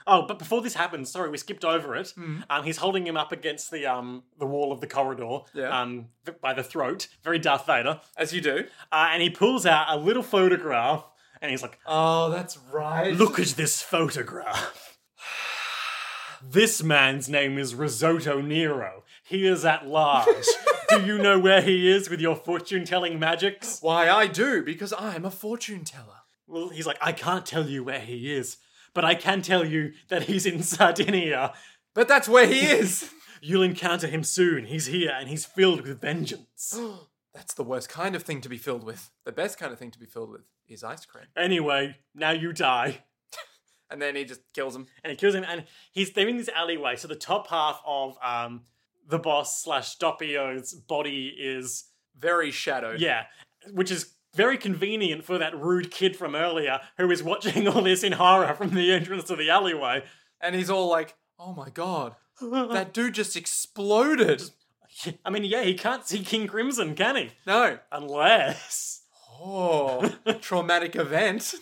Oh, but before this happens, sorry, we skipped over it. Um, he's holding him up against the um the wall of the corridor,
Yeah.
um, th- by the throat, very Darth Vader,
As you do.
uh, and he pulls out a little photograph, and he's like,
Oh, that's right.
"Look at this photograph. [SIGHS] this man's name is Risotto Nero. He is at large. Do you know where he is with your fortune telling magics?"
Why I do, because I'm a fortune teller.
Well, he's like, "I can't tell you where he is, but I can tell you that he's in Sardinia."
[LAUGHS] But that's where he is.
You'll encounter him soon. He's here and he's filled with vengeance. [GASPS]
That's the worst kind of thing to be filled with. The best kind of thing to be filled with is ice cream.
Anyway, now you die.
And then he just kills him.
and it kills him. And he's they're in this alleyway. So the top half of um the boss slash Doppio's body is
Very shadowed.
yeah, which is very convenient for that rude kid from earlier who is watching [LAUGHS] all this in horror from the entrance to the alleyway.
And he's all like, oh my god, that dude just exploded.
I mean, yeah, he can't see King Crimson, can he?
No.
Unless
Oh, traumatic event.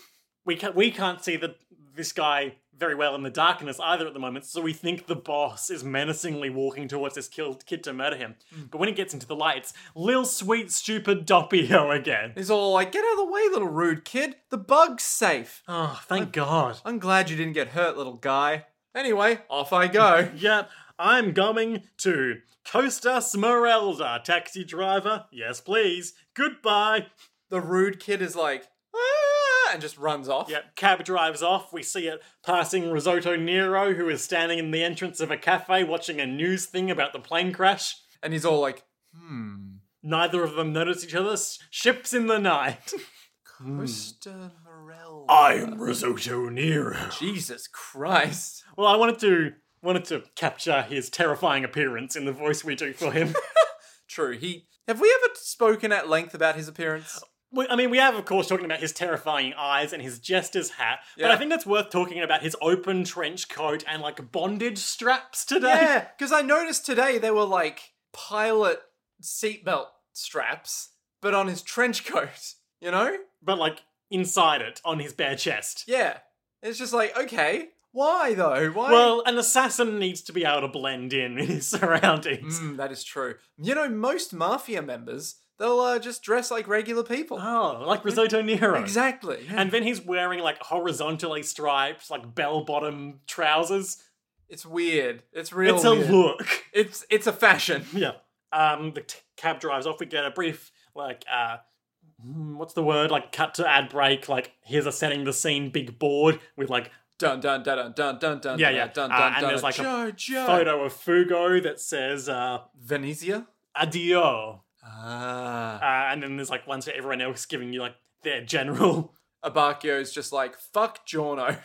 we can we can't see the this guy very well in the darkness either at the moment, so we think the boss is menacingly walking towards this killed kid to murder him. But when it gets into the lights, Lil Sweet Stupid Doppio again.
He's all like, get out of the way, little rude kid. The bug's safe.
Oh, thank God.
I'm glad you didn't get hurt, little guy. Anyway, off I go.
Yep, I'm going to Costa Smeralda, taxi driver. Yes, please. Goodbye.
the rude kid is like, ah, and just runs off.
Yep, cab drives off. We see it passing Risotto Nero, who is standing in the entrance of a cafe watching a news thing about the plane crash.
And he's all like, hmm.
Neither of them notice each other. S- Ships in the night. [LAUGHS]
Mr. Morel.
am Risotto Nero.
Jesus Christ.
Well, I wanted to wanted to capture his terrifying appearance in the voice we do for him. [LAUGHS]
True. He have we ever spoken at length about his appearance?
we, I mean, we have of course talking about his terrifying eyes and his jester's hat, but
Yeah.
I think that's worth talking about his open trench coat and like bondage straps today.
Yeah, because I noticed today there were like pilot seatbelt straps, but on his trench coat. You know?
[LAUGHS] But like inside it on his bare chest.
Yeah. It's just like okay, why though? Why?
Well, an assassin needs to be able to blend in in his [LAUGHS] surroundings.
Mm, that is true. You know, most mafia members they'll uh, just dress like regular people.
Oh, like Risotto Nero.
Exactly. yeah.
And then he's wearing like horizontally striped, like bell bottom trousers.
It's weird. It's real.
it's
weird.
a look.
It's it's a fashion.
Yeah. Um, the t- cab drives off. We get a brief, like, uh, hmm, what's the word? Like, cut to ad break. Like, here's a setting the scene big board with like
Dun dun dun dun dun dun
Yeah,
dun
yeah.
dun
Uh,
dun
and
dun.
there's like a
Joe, Joe.
photo of Fugo that says uh,
Venezia.
"Adio," uh,
Ah.
and then there's like ones for everyone else giving you like their general. [LAUGHS]
Abakio's just like fuck Jorno.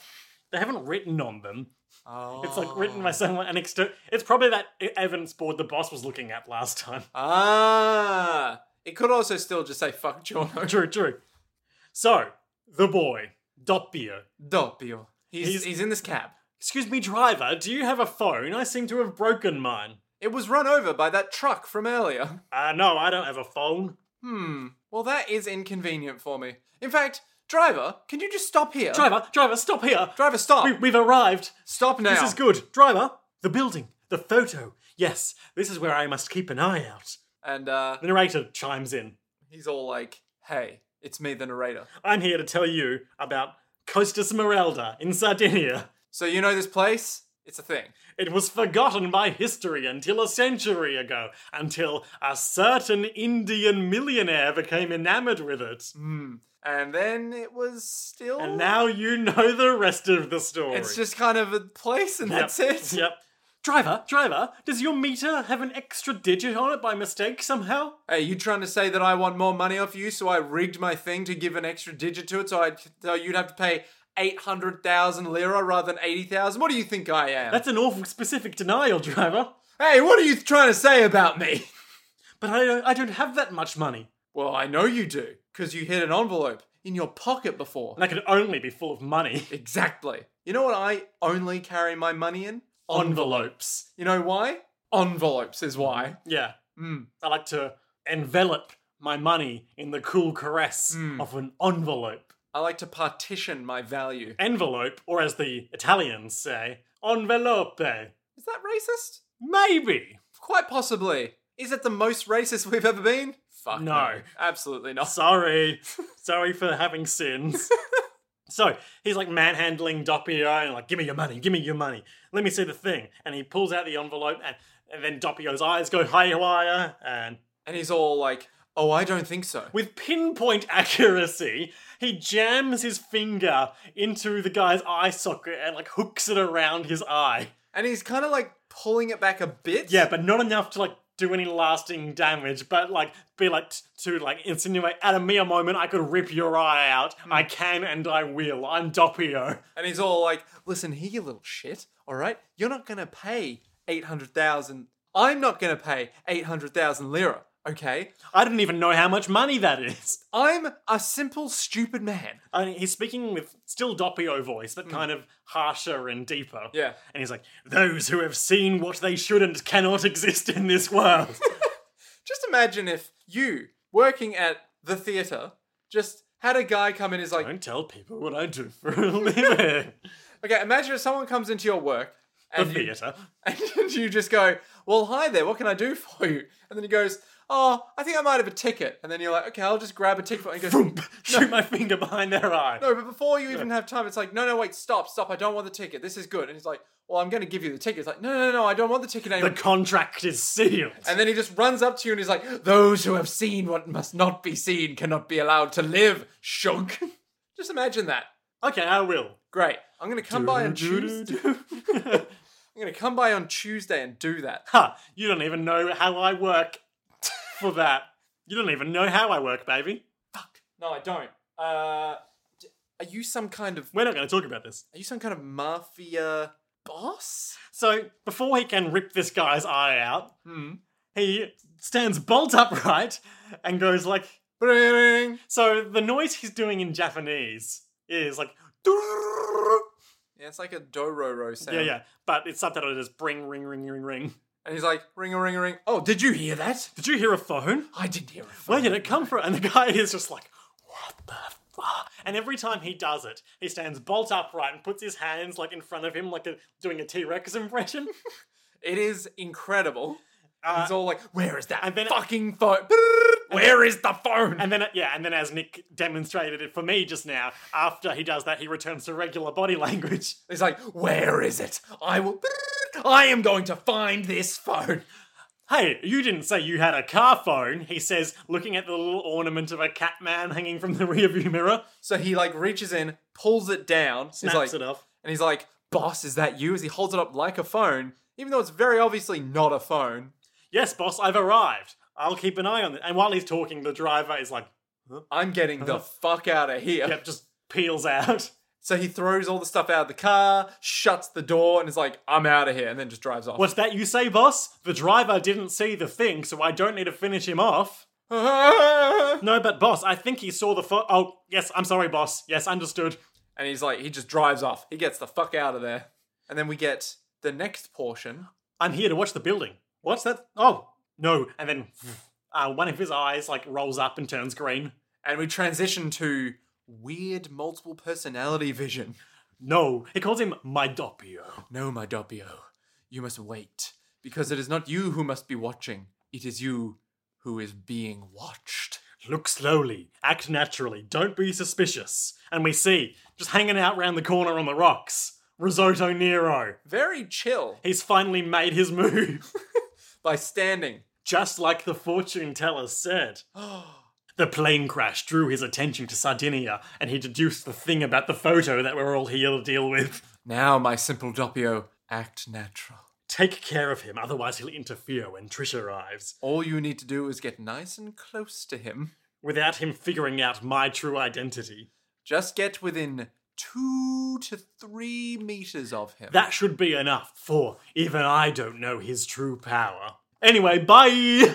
They haven't written on them.
Oh.
It's like written by someone an exter- It's probably that evidence board the boss was looking at last time.
Ah. It could also still just say fuck
[LAUGHS]
Jorno.
True, true. So the boy Doppio.
Doppio. He's,
He's-
he's in this cab.
Excuse me, driver. Do you have a phone? I seem to have broken mine.
It was run over by that truck from earlier. [LAUGHS]
Uh, no, I don't have a phone.
Hmm. Well, that is inconvenient for me. In fact, driver, can you just stop here?
Driver, driver, stop here.
Driver, stop.
We, we've arrived.
Stop now.
This is good. Driver, the building, the photo. Yes, this is where I must keep an eye out.
And uh,
The narrator chimes in.
he's all like, "Hey, it's me, the narrator."
I'm here to tell you about Costa Smeralda in Sardinia.
So you know this place? It's a thing.
It was forgotten by history until a century ago, until a certain Indian millionaire became enamored with it.
Hmm. And then it was still.
And now you know the rest of the story.
it's just kind of a place, and
Yep.
that's it.
Yep. Driver, driver, does your meter have an extra digit on it by mistake somehow?
Hey, you trying to say that I want more money off you, so I rigged my thing to give an extra digit to it, so I so you'd have to pay eight hundred thousand lira rather than eighty thousand? What do you think I am?
That's an awful specific denial, driver.
hey, what are you trying to say about me?
But I don't, I don't have that much money.
Well, I know you do, because you hid an envelope in your pocket before.
And I could only be full of money.
Exactly. You know what I only carry my money in?
Envelopes.
You know why? Envelopes is why.
Yeah.
Mm.
I like to envelop my money in the cool caress
Mm.
of an envelope.
I like to partition my value.
Envelope, or as the Italians say, envelope.
Is that racist?
Maybe.
Quite possibly. Is it the most racist we've ever been? Fuck
No.
Absolutely not.
Sorry. Sorry for having sins. so he's like manhandling Doppio and like, give me your money, give me your money. Let me see the thing. And he pulls out the envelope and, and then Doppio's eyes go haywire and
And he's all like, oh, I don't think so.
with pinpoint accuracy, he jams his finger into the guy's eye socket and like hooks it around his eye.
and he's kind of like pulling it back a bit.
Yeah, but not enough to like do any lasting damage, but like be like t- to like insinuate at me a moment I could rip your eye out.
Hmm.
I can and I will. I'm Doppio.
And he's all like, listen here, you little shit, all right? You're not going to pay 800,000. I'm not going to pay 800,000 lira, okay?
I didn't even know how much money that is. [LAUGHS]
I'm a simple, stupid man.
I mean, he's speaking with still Doppio voice, but kind of harsher and deeper.
Hmm. Yeah.
And he's like, those who have seen what they shouldn't cannot [LAUGHS] exist in this world. [LAUGHS]
Just imagine if you, working at the theatre, just had a guy come in and is like,
Don't tell people what I do for a
[LAUGHS]
living.
okay, imagine if someone comes into your work
the
and you,
theatre.
[LAUGHS] and you just go, "Well, hi there. What can I do for you?" And then he goes, "Oh, I think I might have a ticket." And then you're like, "Okay, I'll just grab a ticket." And he goes,
Vroom, Shoot my finger behind their eye.
"No, but before you even have time, it's like, no, no, wait, stop, stop. I don't want the ticket. This is good." And he's like, "Well, I'm going to give you the ticket." It's like, "No, no, no, no, I don't want the ticket
The
anymore."
contract is sealed.
and then he just runs up to you and he's like, "Those who have seen what must not be seen cannot be allowed to live." Shunk. [LAUGHS] just imagine that.
okay, I will.
Great. I'm going to come by on Tuesday.
[LAUGHS] Tuesday.
I'm going to come by on Tuesday and do that.
Ha! You don't even know how I work for that. You don't even know how I work, baby.
No, I don't. Uh, d- are you some kind of
We're not going to talk about this.
Are you some kind of mafia boss?
So, before he can rip this guy's eye out, he stands bolt upright and goes like.
Bring.
So, the noise he's doing in Japanese is like.
Yeah, it's like a do ro ro sound.
Yeah, yeah. But it's subtitled as bring, ring, ring, ring, ring.
And he's like, ring a ring a ring. Oh, did you hear that?
Did you hear a phone?
I didn't hear it.
Where did it come from? And the guy is just like, what the fuck? And every time he does it, he stands bolt upright and puts his hands like in front of him, like a, doing a T Rex impression. [LAUGHS]
It is incredible.
Uh,
he's all like, where is that
and then-
fucking phone? Where is the phone?
And then, yeah, and then as Nick demonstrated it for me just now, after he does that, he returns to regular body language.
he's like, where is it? I will. I am going to find this phone.
Hey, you didn't say you had a car phone, he says, looking at the little ornament of a cat man hanging from the [LAUGHS] rearview mirror.
So he like reaches in, pulls it down.
Snaps
he's like,
it off.
And he's like, boss, is that you? As he holds it up like a phone, even though it's very obviously not a phone.
Yes, boss, I've arrived. I'll keep an eye on it. And while he's talking, the driver is like,
I'm getting the fuck out of here.
yep, just peels out. [LAUGHS]
So he throws all the stuff out of the car, shuts the door, and is like, I'm out of here, and then just drives off. [LAUGHS]
What's that you say, boss? The driver didn't see the thing, so I don't need to finish him off.
and
No, but boss, I think he saw the fo- Oh, yes, I'm sorry, boss. Yes, understood.
he's like, he just drives off. He gets the fuck out of there. And then we get the next portion.
I'm here to watch the building. What's that? Oh, no. And then [LAUGHS] uh, one of his eyes, like, rolls up and turns green.
And we transition to weird multiple personality vision.
No. He calls him my doppio.
No, my Doppio, you must wait, because it is not you who must be watching, it is you who is being watched.
Look slowly. Act naturally. Don't be suspicious. And we see, just hanging out round the corner on the rocks, Risotto Nero.
Very chill
He's finally made his [LAUGHS] move.
by standing.
just like the fortune teller said. [GASPS] the plane crash drew his attention to Sardinia, and he deduced the thing about the photo that we're all here to deal with. [LAUGHS]
Now, my simple Doppio, act natural.
Take care of him, otherwise he'll interfere when Trish arrives.
All you need to do is get nice and close to him.
Without him figuring out my true identity,
Just get within two to three meters of him.
that should be enough, for even I don't know his true power. Anyway, bye! [LAUGHS]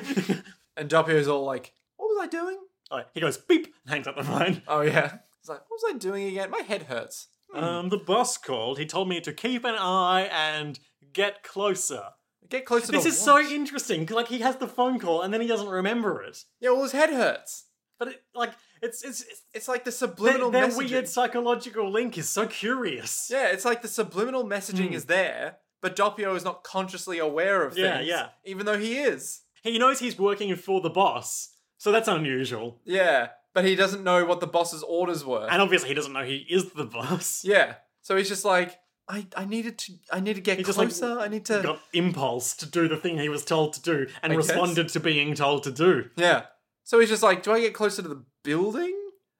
and Doppio's all like, What was I doing?
Alright, he goes beep and hangs up the phone.
Oh, yeah. He's like, What was I doing again? My head hurts.
Um, the boss called. He told me to keep an eye and get closer.
Get closer
This
to
is so e-
what?
interesting. 'cause, Like he has the phone call and then he doesn't remember it.
Yeah, well, his head hurts.
But it, like it's it's, it's
It's like the
their,
subliminal
their
messaging.
weird psychological link is so curious.
Yeah, it's like the subliminal messaging
Hmm.
is there, but Doppio is not consciously aware of
Yeah,
things.
yeah.
Even though he is.
He knows he's working for the boss, so that's unusual.
Yeah, but he doesn't know what the boss's orders were.
And obviously he doesn't know he is the boss.
Yeah. So he's just like, I, I needed to I need to get
He's just like-
closer. I need
He
to
got impulse to do the thing he was told to do and
I guess.
responded to being told to do.
Yeah. So he's just like, do I get closer to the building?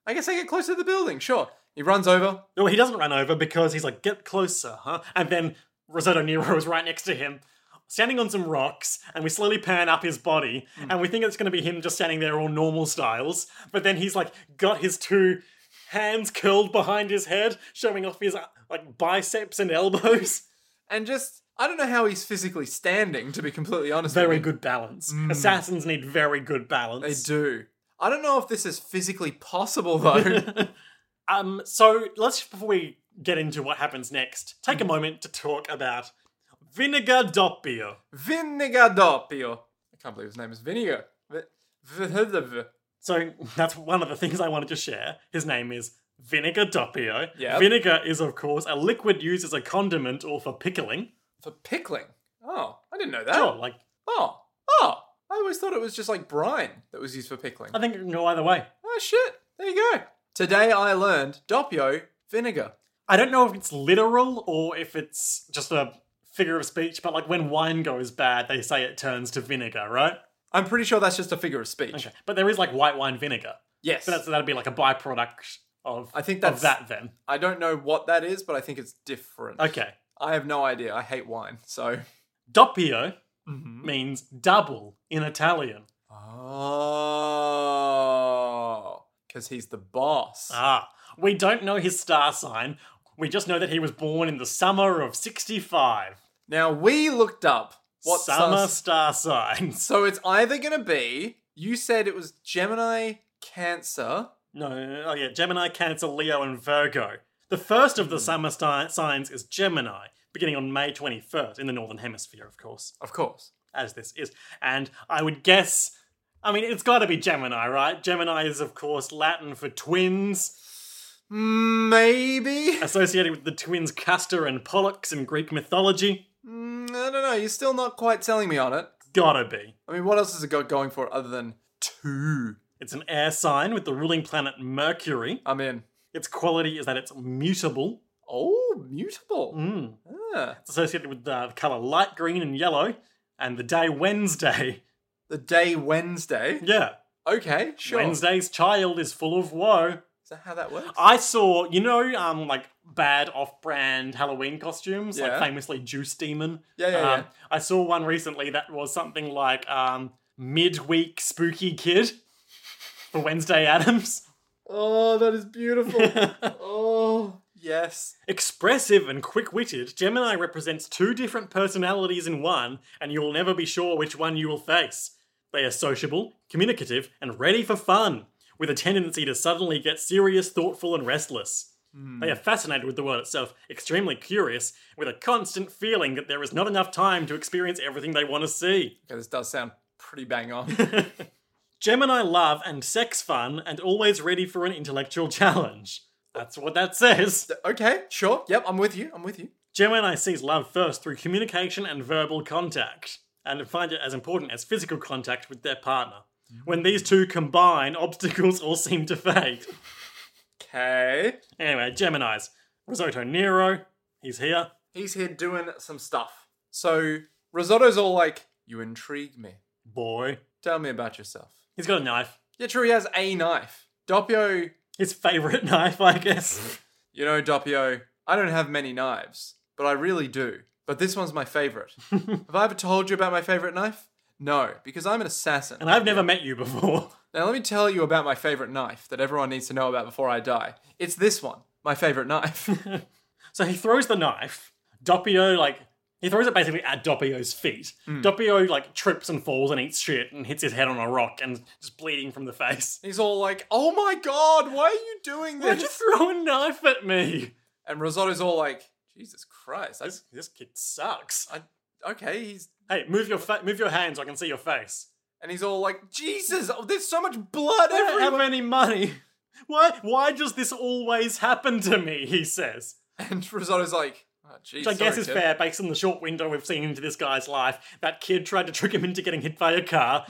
I guess I get closer to the building. Sure. He runs over.
No, he doesn't run over because he's like, get closer, huh? And then Rosetto Nero is right next to him, standing on some rocks, and we slowly pan up his body,
Hmm.
and we think it's going to be him just standing there all normal styles, but then he's like got his two hands curled behind his head, showing off his uh, like biceps and
[LAUGHS]
elbows.
And just, I don't know how he's physically standing, to be completely honest.
Very
with
good balance. Assassins need very good
you. Hmm. They
balance.
do. I don't know if this is physically possible, though.
[LAUGHS] Um, so let's before we get into what happens next, take
Hmm.
a moment to talk about vinegar doppio.
Vinegar doppio. I can't believe his name is Vinegar. V- v- v- v- v-
So [LAUGHS] that's one of the things I wanted to share. His name is vinegar doppio.
Yep.
Vinegar is, of course, a liquid used as a condiment or for pickling.
For pickling. Oh, I didn't know that.
Sure, like
Oh, oh. I always thought it was just like brine that was used for pickling.
I think it can go either way.
Oh, shit. There you go. Today I learned doppio vinegar.
I don't know if it's literal or if it's just a figure of speech, but like when wine goes bad, they say it turns to vinegar, right?
I'm pretty sure that's just a figure of speech.
Okay. But there is like white wine vinegar.
Yes.
So that's, that'd be like a byproduct of
I think
of
that's-
that then.
I don't know what that is, but I think it's different.
Okay.
I have no idea. I hate wine, so.
Doppio means double in Italian.
Oh. Because he's the boss.
Ah, we don't know his star sign. We just know that he was born in the summer of 65.
Now, we looked up what
summer
sus-
star signs. [LAUGHS]
So it's either going to be you said it was Gemini, Cancer.
No, oh yeah, Gemini, Cancer, Leo, and Virgo. The first of the summer star signs is Gemini, beginning on May 21st in the Northern Hemisphere, of course,
Of course.
as this is. And I would guess, I mean, it's got to be Gemini, right? Gemini is, of course, Latin for twins. [LAUGHS]
Maybe.
associated with the twins Castor and Pollux in Greek mythology?
Mm, I don't know. You're still not quite selling me on it.
Gotta be.
I mean, what else has it got going for it other than two?
It's an air sign with the ruling planet Mercury.
I'm in.
Its quality is that it's mutable.
Oh, mutable.
Mm.
Ah.
It's associated with uh, the color light green and yellow, and the day Wednesday. [LAUGHS]
The day Wednesday.
Yeah,
Okay, sure.
Wednesday's child is full of woe.
Is that how that works?
I saw, you know, um, like bad off-brand Halloween costumes, like
Yeah.
famously Juice Demon.
Yeah, yeah,
Um,
yeah.
I saw one recently that was something like um, midweek spooky kid [LAUGHS] for Wednesday Adams.
Oh, that is beautiful. oh, yes.
Expressive and quick-witted, Gemini represents two different personalities in one, and you will never be sure which one you will face. They are sociable, communicative, and ready for fun, with a tendency to suddenly get serious, thoughtful, and restless. They are fascinated with the world itself, extremely curious, with a constant feeling that there is not enough time to experience everything they want to see. [LAUGHS]
Okay, this does sound pretty bang on. [LAUGHS]
Gemini love and sex fun, and always ready for an intellectual [LAUGHS] challenge. That's what that says.
okay, sure. Yep, I'm with you. I'm with you.
Gemini sees love first through communication and verbal contact, and find it as important as physical contact with their partner. When these two combine, obstacles all seem to fade.
Okay.
Anyway, Gemini's Risotto Nero, he's here.
He's here doing some stuff. So Risotto's all like, You intrigue me.
Boy.
Tell me about yourself.
He's got a knife.
Yeah, true, he has a knife. Doppio,
His favourite [LAUGHS] knife, I guess.
you know, Doppio, I don't have many knives, but I really do. But this one's
[LAUGHS]
my favorite. have I ever told you about my favorite knife? No, because I'm an assassin.
And I've never met you before. [LAUGHS]
Now, let me tell you about my favorite knife that everyone needs to know about before I die. It's this one, my
[LAUGHS]
favorite knife.
So he throws the knife. Doppio, like, he throws it basically at Doppio's feet. Doppio, like, trips and falls and eats shit and hits his head on a rock and just bleeding from the face.
He's all like, Oh my god, why are you doing
Why'd you
this?
throw a knife at me?
And Risotto's all like, Jesus Christ, I,
This, this kid sucks.
okay, he's
Hey, move your fa- move your hand so I can see your face.
And he's all like, Jesus, oh, there's so much blood
I don't have
everywhere.
any money. Why why does this always happen to me? He says.
And Risotto's like, oh, geez,
Which I guess
sorry,
is
kid."
fair based on the short window we've seen into this guy's life. That kid tried to trick him into getting hit by a car.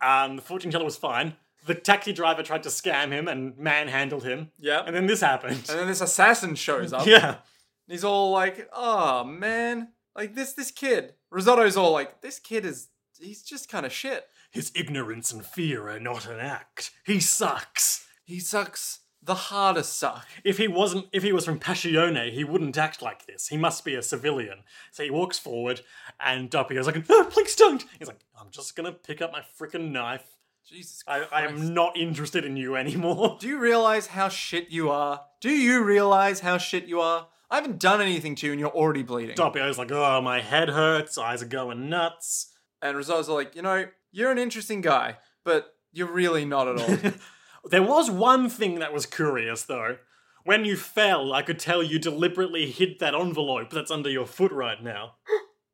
Um, the fortune teller was fine. The taxi driver tried to scam him and manhandled him.
Yeah.
And then this happened.
And then this assassin shows
[LAUGHS]
up.
yeah.
And he's all like, oh, man. Like, this this kid. Risotto's all like, this kid is, he's just kind of shit.
His ignorance and fear are not an act. He sucks.
He sucks. the hardest suck.
If he wasn't, if he was from Passione, he wouldn't act like this. He must be a civilian. So he walks forward, and Duppy goes like, "No, please don't." He's like, "I'm just gonna pick up my freaking knife.
Jesus
I,
Christ.
I am not interested in you anymore." [LAUGHS]
Do you realize how shit you are? Do you realize how shit you are? I haven't done anything to you and you're already bleeding.
Duppy is like, "Oh, my head hurts. Eyes are going nuts."
And Rizzo's are like, you know, you're an interesting guy, but you're really not
[LAUGHS]
at all.
There was one thing that was curious though. When you fell, I could tell you deliberately hid that envelope that's under your foot right now.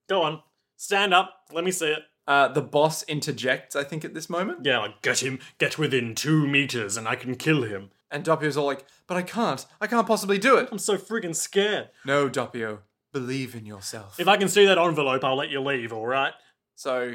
Go on, stand up. Let me see it.
uh, the boss interjects, I think, at this moment.
Yeah, like, get him, get within two meters, and I can kill him.
And Doppio's all like, but I can't. I can't possibly do
[LAUGHS]
it.
I'm so friggin' scared.
No, Doppio, believe in yourself.
If I can see that envelope, I'll let you leave, alright?
so,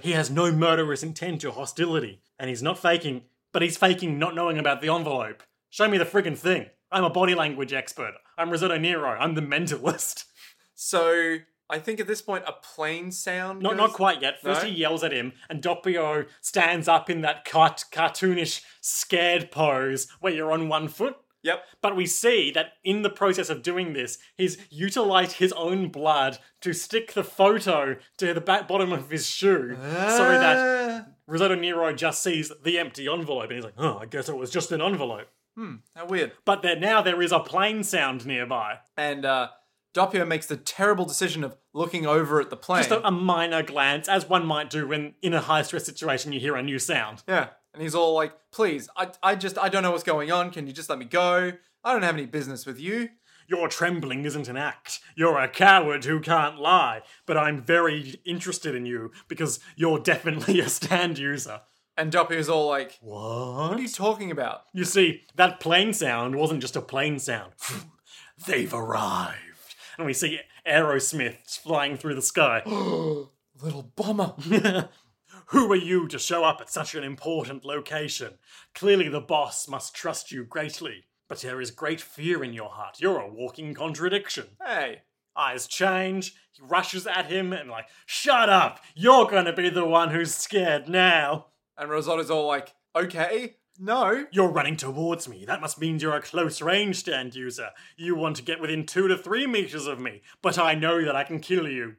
He has no murderous intent or hostility, and he's not faking, but he's faking not knowing about the envelope. Show me the friggin' thing. I'm a body language expert. I'm Risotto Nero. I'm the mentalist. [LAUGHS]
so I think at this point a plane sound.
Not,
goes-
not quite yet. First,
No?
he yells at him, and Doppio stands up in that cart- cartoonish, scared pose where you're on one foot.
Yep.
But we see that in the process of doing this, he's utilized his own blood to stick the photo to the back bottom of his shoe so that
Ah,
Rosetto Nero just sees the empty envelope and he's like, oh, I guess it was just an envelope.
Ah, How weird.
But there, now there is a plane sound nearby.
And uh, Doppio makes the terrible decision of looking over at the plane.
Just a, uh a minor glance, as one might do when in a high stress situation you hear a new sound.
Yeah. And he's all like, please, I, I just, I don't know what's going on. Can you just let me go? I don't have any business with you.
Your trembling isn't an act. You're a coward who can't lie, but I'm very interested in you because you're definitely a stand user.
And Doppio's all like, what
What?
are you talking about?
You see, that plane sound wasn't just a plane sound. [LAUGHS] They've arrived. And we see Aerosmith flying through the sky. [GASPS] [LAUGHS]
Little bomber.
Who are you to show up at such an important location? Clearly, the boss must trust you greatly. But there is great fear in your heart. You're a walking contradiction.
hey.
Eyes change. He rushes at him and, like, shut up! You're gonna be the one who's scared now!
And Rosotta's all like, okay, no.
You're running towards me. That must mean you're a close range stand user. You want to get within two to three meters of me, but I know that I can kill you.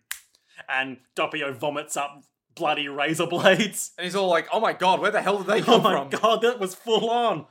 And Doppio vomits up bloody razor
[LAUGHS]
blades.
And he's all like, oh my god, where the hell did
[LAUGHS]
they
Oh
come
my
from?
god, that was full on.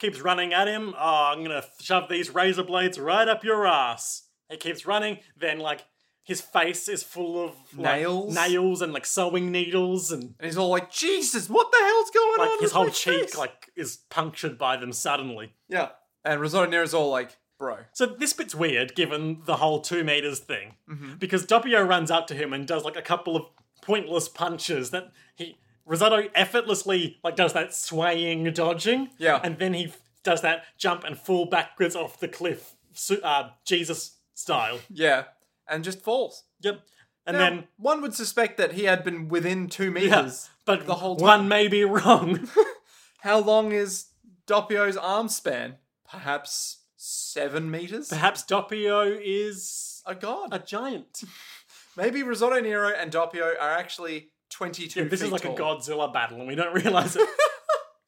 Keeps running at him. Oh, I'm gonna shove these razor blades right up your ass. He keeps running. Then like his face is full of like,
Nails?
nails and like sewing needles, and
And he's all like, Jesus, what the hell's going on?
like his
with
whole
my
cheek
face?"
like is punctured by them suddenly.
yeah. And Rosotta Nero's all like, bro.
So this bit's weird, given the whole two meters thing,
Mm-hmm.
because Doppio runs up to him and does like a couple of pointless punches that he Rosato effortlessly like does that swaying dodging,
Yeah.
and then he f- does that jump and fall backwards off the cliff, su- uh, Jesus
[LAUGHS]
style.
Yeah. And just falls.
Yep, and
Now,
then
one would suspect that he had been within two
yeah,
meters.
but
the whole
one
time.
may be wrong. [LAUGHS]
How long is Doppio's arm span? Perhaps seven meters?
Perhaps Doppio is
A god.
a giant.
Maybe Risotto Nero and Doppio are actually 22
This is
feet
like a
tall.
Godzilla battle, and we don't realize
[LAUGHS]
it.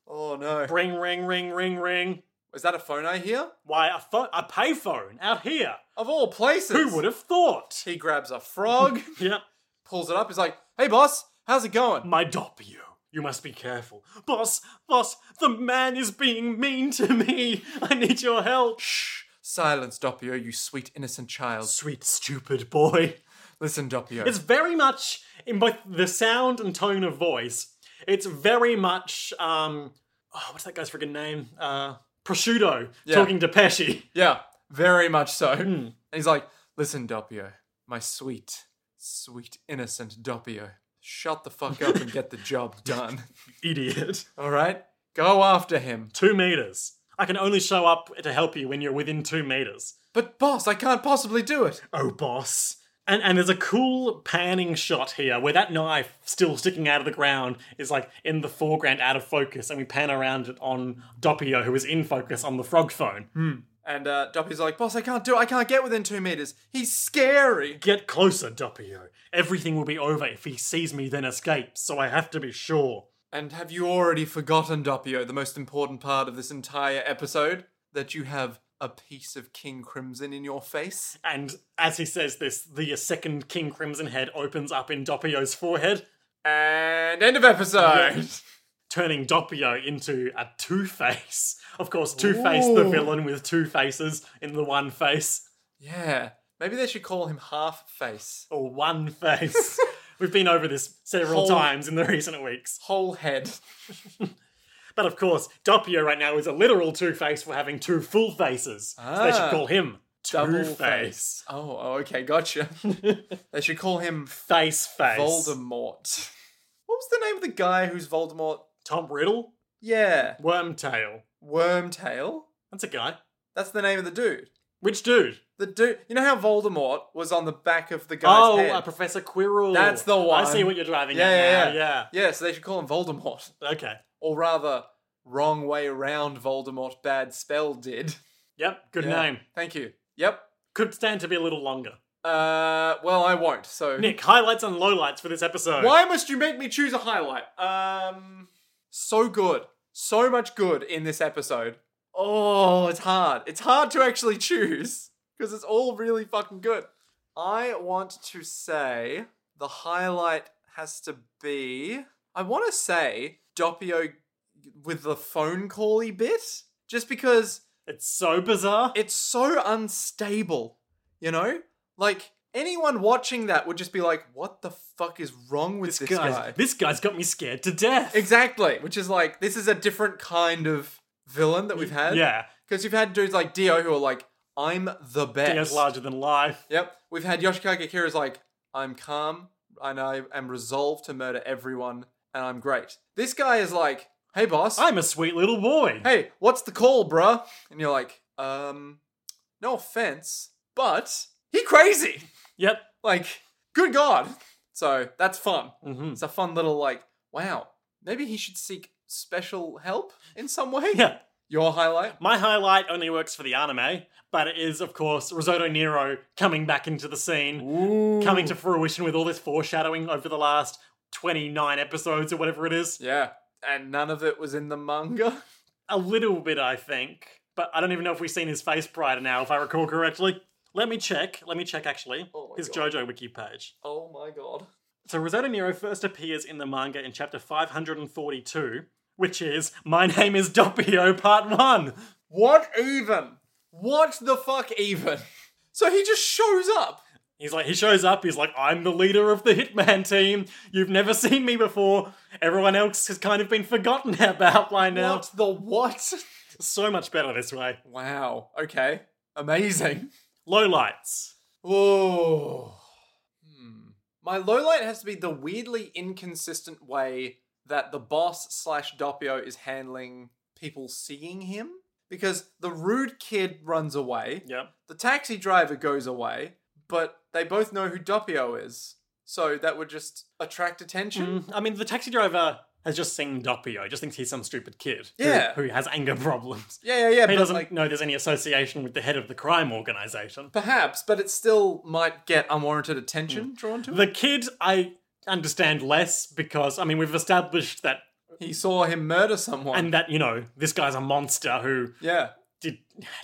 Oh no.
ring, ring, ring, ring, ring.
Is that a phone I hear?
Why, a, pho- a payphone out here.
Of all places.
Who would have
[LAUGHS]
thought?
He grabs
[LAUGHS]
a frog,
Yeah,
pulls it up, he's like, hey boss, how's it going?
my Doppio. You must be careful. Boss, boss, the man is being mean to me. I need your help.
Shh. Silence, Doppio, you sweet innocent child.
Sweet, stupid boy.
Listen, Doppio.
It's very much, in both the sound and tone of voice, it's very much, um, oh, what's that guy's friggin' name? Uh, Prosciutto talking to Pesci. [LAUGHS]
yeah, very much so. And he's like, listen, Doppio, my sweet, sweet innocent Doppio. Shut the fuck up and [LAUGHS] get the job done.
Idiot.
All right? Go after him.
Two meters. I can only show up to help you when you're within two meters.
But boss, I can't possibly do it.
oh boss and and there's a cool panning shot here where that knife still sticking out of the ground is like in the foreground out of focus and we pan around it on doppio who is in focus on the frog phone
And uh, Doppio's like, boss, I can't do it. I can't get within two meters. He's scary.
get closer doppio everything will be over if he sees me then escapes so i have to be sure
And have you already forgotten, Doppio, the most important part of this entire episode? That you have a piece of King Crimson in your face?
And as he says this, the second King Crimson head opens up in Doppio's forehead,
And end of episode!
turning Doppio into a Two Face. Of course, Two Face, the
Ooh.
villain with two faces in the one face,
yeah. Maybe they should call him Half Face.
or One Face.
[LAUGHS]
We've been over this several
Whole-
times in the recent weeks.
Whole head. [LAUGHS]
But of course, Doppio right now is a literal Two Face for having two full faces. So they
Ah.
should call him
Double
Two Face.
Oh, oh, okay, gotcha.
[LAUGHS]
they should call him
Face Face.
Voldemort. [LAUGHS] What was the name of the guy who's Voldemort?
Tom Riddle?
Yeah.
Wormtail.
Wormtail?
That's a guy.
That's the name of the dude.
Which dude?
The dude. You know how Voldemort was on the back of the guy's
Oh,
head?
uh, Professor Quirrell.
That's the
I see
one.
what you're driving
Yeah,
at
yeah,
now.
yeah, so they should call him Voldemort.
Yeah. Okay.
Or rather, wrong way around Voldemort bad spell did.
Yep. Good
Yeah.
name.
Thank you. Yep.
Could stand to be a little longer.
Uh, well, I won't, so.
Nick, highlights and lowlights for this episode.
Why must you make me choose a highlight? Um, so good, so much good in this episode. Oh, it's hard. It's hard to actually choose because it's all really fucking good. I want to say the highlight has to be. I want to say Doppio with the phone cally bit, just because
It's so bizarre.
it's so unstable, you know? Like, anyone watching that would just be like, what the fuck is wrong with this,
Guys,
guy?
this guy's got me scared to death.
Exactly, which is like, this is a different kind of villain that we've had.
Yeah.
Because you've had dudes like Dio who are like, I'm the best.
Dio's larger than life.
Yep. We've had Yoshikage Kira's like, I'm calm and I am resolved to murder everyone and I'm great. This guy is like, hey, boss.
I'm a sweet little boy.
hey, what's the call, bruh? And you're like, um, no offense, but he crazy. [LAUGHS]
Yep.
Like, good God. So that's fun.
hmm
It's a fun little like, wow, maybe he should seek special help in some way.
Yeah.
Your highlight?
My highlight only works for the anime, but it is, of course, Risotto Nero coming back into the scene, coming to fruition with all this foreshadowing over the last 29 episodes or whatever it is.
Yeah. And none of it was in the manga. [LAUGHS]
A little bit, I think, but I don't even know if we've seen his face prior to now, if I recall correctly. Let me check. Let me check, actually,
Oh my
his
God.
JoJo wiki page.
Oh my god.
So Risotto Nero first appears in the manga in chapter 542, which is My Name is Doppio Part 1.
What even? What the fuck even? So he just shows up.
He's like, he shows up, he's like, I'm the leader of the Hitman team. You've never seen me before. Everyone else has kind of been forgotten [LAUGHS] about by now.
What the what? [LAUGHS]
So much better this way.
Wow. Okay. Amazing.
Low lights. Oh.
Whoa. Hmm. My low light has to be the weirdly inconsistent way that the boss slash Doppio is handling people seeing him. Because the rude kid runs away,
Yep.
the taxi driver goes away, but they both know who Doppio is. So that would just attract attention.
Mm, I mean, the taxi driver has just seen Doppio, just thinks he's some stupid kid who-
Yeah.
who, has anger [LAUGHS] problems.
Yeah, yeah, yeah.
He
but
doesn't
like,
know there's any association with the head of the crime organization.
perhaps, but it still might get unwarranted attention drawn to it.
Mm. The kid, I understand less because, I mean, we've established that,
He saw him murder someone.
and that, you know, this guy's a monster who
yeah.
did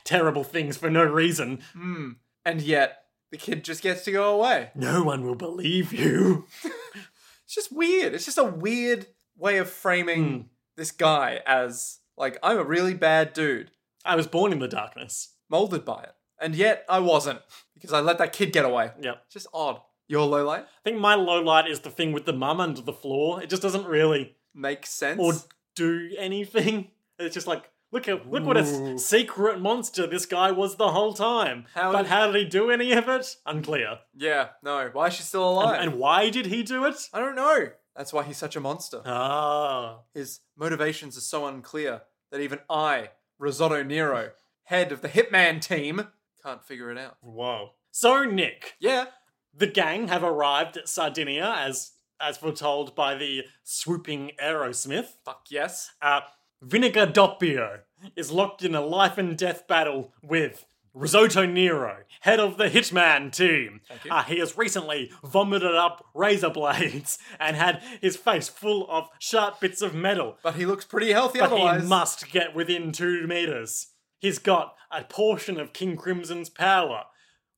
terrible things for no reason.
Hmm. And yet, the kid just gets to go away.
No one will believe you.
It's just weird. It's just a weird way of framing
Hmm.
this guy as like I'm a really bad dude,
I was born in the darkness.
molded by it, and yet I wasn't because I let that kid get away.
Yep.
It's just odd. Your low light
I think my low light is the thing with the mum under the floor. It just doesn't really
makes sense.
or do anything. It's just like look at look what a
Ooh.
s- secret monster this guy was the whole time.
How
but
did-
how did he do any of it? Unclear.
yeah, no. Why is she still
And,
alive?
and why did he do it?
I don't know. That's why he's such a monster.
Ah,
His motivations are so unclear that even I, Risotto Nero, head of the Hitman team, can't figure it out.
whoa. So Nick,
Yeah.
the gang have arrived at Sardinia as as foretold by the swooping Aerosmith.
Fuck yes.
uh, Vinegar Doppio is locked in a life and death battle with Risotto Nero, head of the Hitman team.
Thank you.
Uh, he has recently vomited up razor blades [LAUGHS] and had his face full of sharp bits of metal.
But he looks pretty healthy
But
otherwise.
he must get within two meters. He's got a portion of King Crimson's power.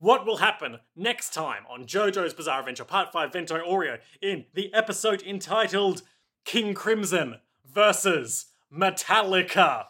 What will happen next time on JoJo's Bizarre Adventure Part 5 Vento Oreo in the episode entitled King Crimson versus Metallica?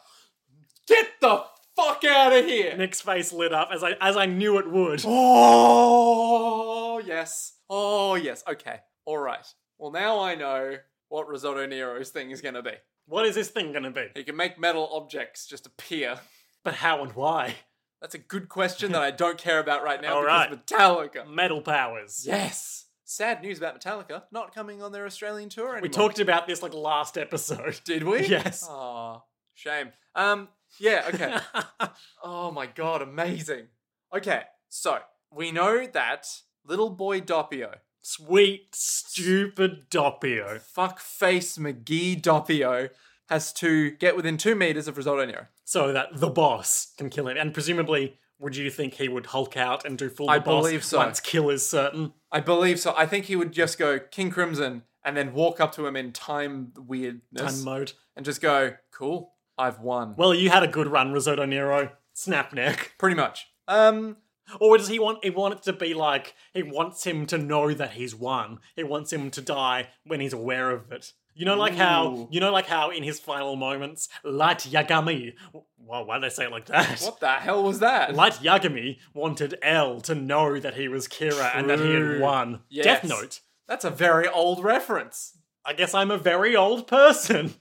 Get the fuck out of here!
Nick's face lit up as I as I knew it would.
Oh, yes. Oh, yes. Okay. All right. Well, now I know what Risotto Nero's thing is going to be.
What is this thing gonna be?
He can make metal objects just appear.
But how and why?
That's a good
[LAUGHS]
question that I don't care about right now
All
because Metallica.
Metal powers.
Yes. Sad news about Metallica not coming on their Australian tour anymore.
We talked about this like last episode.
Did we?
Yes.
Oh, shame. Um, yeah, okay.
[LAUGHS]
oh my god, amazing. Okay, so we know that little boy Doppio,
Sweet, stupid Doppio.
fuckface McGee Doppio, has to get within two meters of Risotto Nero.
So that the boss can kill him. And presumably, would you think he would Hulk out and do full the
I
boss
believe so.
once kill is certain?
I believe so. I think he would just go King Crimson and then walk up to him in time weirdness
Time mode.
and just go, cool, I've won.
Well, you had a good run, Risotto Nero. Snap neck.
Pretty much. Um,
Or does he want he want it to be like he wants him to know that he's won. He wants him to die when he's aware of it. You know like how
Ooh.
you know like how in his final moments, Light Yagami Well, why did I say it like that?
what the hell was that?
Light Yagami wanted L to know that he was Kira and that he had
True.
won.
Yes.
Death Note.
That's a very old reference.
I guess I'm a very old person.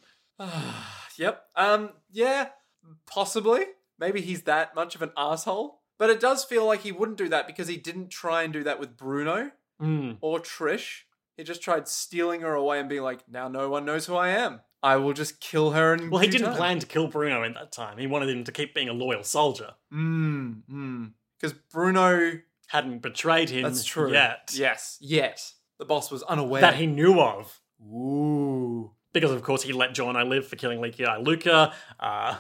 Yep. Um. Yeah. Possibly. Maybe he's that much of an asshole. But it does feel like he wouldn't do that because he didn't try and do that with Bruno or Trish. He just tried stealing her away and being like, "Now no one knows who I am. I will just kill her." And
Well, he didn't plan to kill Bruno at that time. He wanted him to keep being a loyal soldier.
Mm, mm. Because Bruno.
Hadn't betrayed him
That's true.
yet.
Yes. Yet the boss was unaware.
That he knew of.
Ooh.
because of course he let John I live for killing Leaky Eye Luca, uh,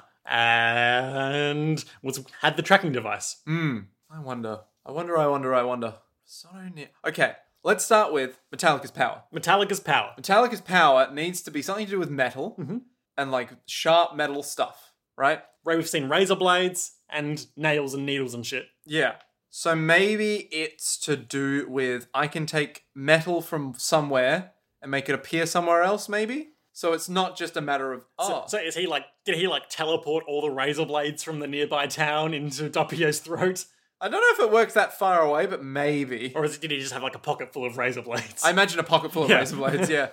and was had the tracking device.
Hmm. I wonder. I wonder. I wonder. I wonder. So near. Okay. Let's start with Metallica's power.
Metallica's power.
Metallica's power needs to be something to do with metal
Mm-hmm.
and like sharp metal stuff, right?
Ray, we've seen razor blades and nails and needles and shit.
Yeah. So maybe it's to do with I can take metal from somewhere and make it appear somewhere else, maybe? So it's not just a matter of, oh,
So is he like? Did he like teleport all the razor blades from the nearby town into Doppio's throat,
I don't know if it works that far away, but maybe.
or is it, did he just have like a pocket full of razor blades?
I imagine a pocket full of
Yeah.
razor blades, yeah.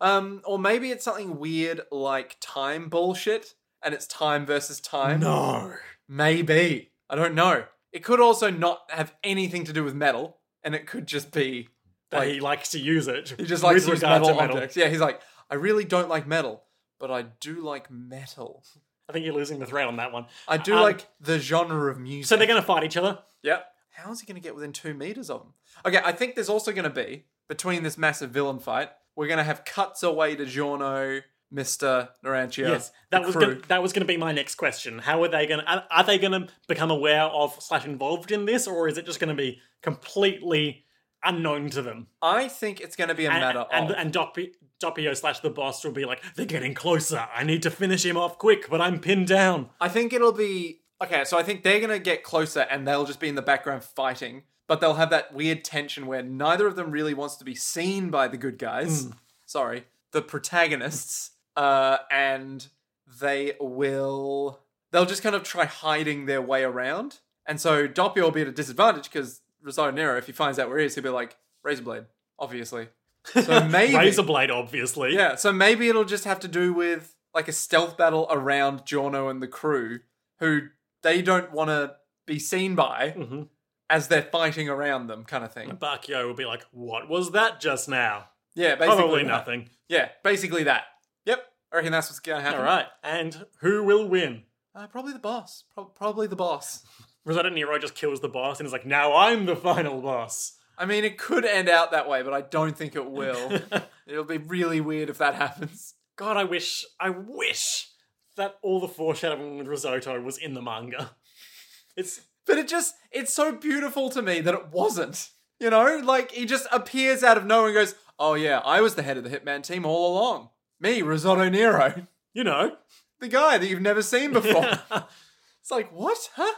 Um, or maybe it's something weird like time bullshit and it's time versus time.
no.
Maybe. I don't know. It could also not have anything to do with metal, and it could just be
That
like
he likes to use it.
he just
with
likes to use
regard
metal, objects. Yeah, he's like, I really don't like metal, but I do like metal.
I think you're losing the thread on that one.
I do
Um,
like the genre of music.
So they're gonna fight each other.
yeah. How is he going to get within two meters of him? Okay, I think there's also going to be between this massive villain fight, we're going to have cuts away to Giorno, Mister Narancio.
Yes, that
the
was
crew.
gonna, that was going to be my next question. How are they going to are they going to become aware of slash involved in this, or is it just going to be completely unknown to them?
I think it's going to be a
And
matter
and,
of
and Doppi- Doppio slash the boss will be like, they're getting closer. I need to finish him off quick, but I'm pinned down.
I think it'll be okay. So I think they're gonna get closer, and they'll just be in the background fighting, but they'll have that weird tension where neither of them really wants to be seen by the good guys. Sorry, the protagonists, uh, and they will. They'll just kind of try hiding their way around, and so Doppio will be at a disadvantage because Rosario Nero, if he finds out where he is, he'll be like Razor Blade, obviously. So maybe
Razor blade, obviously.
yeah, so maybe it'll just have to do with like a stealth battle around Giorno and the crew, who they don't want to be seen by
Mhm.
as they're fighting around them, kind of thing.
Bakio will be like, what was that just now?
Yeah, basically
Probably
that.
nothing.
Yeah, basically that. Yep, I reckon that's what's gonna happen.
All right, and who will win?
uh, probably the boss. Pro- probably the boss.
Rosetta Nero just kills the boss and is like, now I'm the final boss. [LAUGHS]
I mean, it could end out that way, but I don't think
[LAUGHS]
it will. It'll be really weird if that happens.
God, I wish, I wish that all the foreshadowing with risotto was in the manga. It's
But it just, it's so beautiful to me that it wasn't. You know, like he just appears out of nowhere and goes, Oh, yeah, I was the head of the Hitman team all along. Me, Risotto Nero, [LAUGHS]
You know.
the guy that you've never seen before. It's like, What? Huh?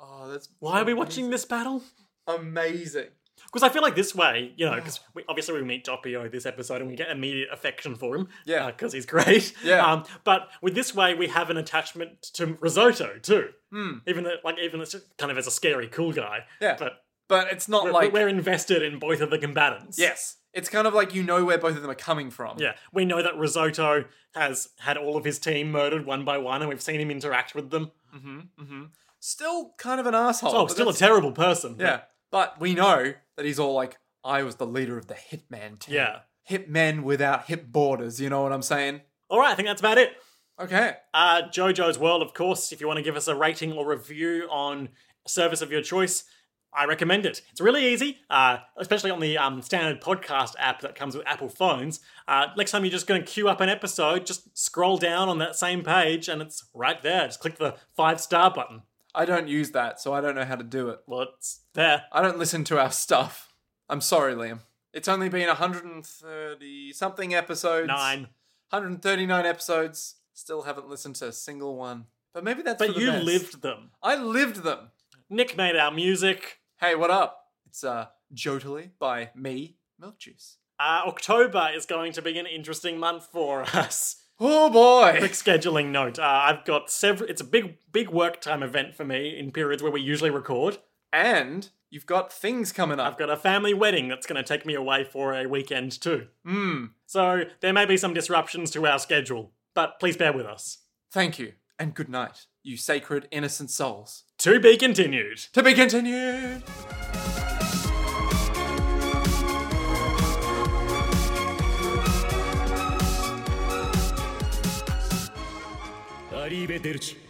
Oh, that's.
Why are we watching this battle?
Amazing.
Because I feel like this way, you know, because we, obviously we meet Doppio this episode and we get immediate affection for him.
Yeah.
Because he's great.
Yeah.
Um, but with this way, we have an attachment to Risotto too. Even though, like, even it's just kind of as a scary, cool guy.
Hmm. Yeah.
But
But it's not
we're,
like.
we're invested in both of the combatants.
yes. It's kind of like you know where both of them are coming from.
Yeah, we know that Risotto has had all of his team murdered one by one, and we've seen him interact with them.
Still kind of an asshole.
Oh,
but
still a
that's-
terrible person.
Yeah. But we know that he's all like, I was the leader of the Hitman team.
Yeah.
Hitmen without hip borders, you know what I'm saying?
All right, I think that's about it.
Okay.
Uh, JoJo's World, of course, if you want to give us a rating or review on a service of your choice, I recommend it. It's really easy, uh, especially on the um, standard podcast app that comes with Apple phones. Uh, next time you're just going to queue up an episode, just scroll down on that same page and it's right there. Just click the five star button.
I don't use that, so I don't know how to do it.
Well, it's there.
I don't listen to our stuff. I'm sorry, Liam. It's only been 130 something episodes.
Nine.
139 episodes. Still haven't listened to a single one. But maybe that's for
But
the
you
best.
lived them.
I lived them.
Nick made our music.
Hey, what up? It's uh Jotally by me, Milk Juice.
Uh, October is going to be an interesting month for [LAUGHS] us.
Oh boy.
Quick scheduling note: uh, I've got several. It's a big, big work time event for me in periods where we usually record.
And you've got things coming
I've
up.
got a family wedding that's going to take me away for a weekend too.
Hmm.
So there may be some disruptions to our schedule, but please bear with us.
Thank you, and good night, you sacred innocent souls.
To be continued.
To be continued!
Arrivederci.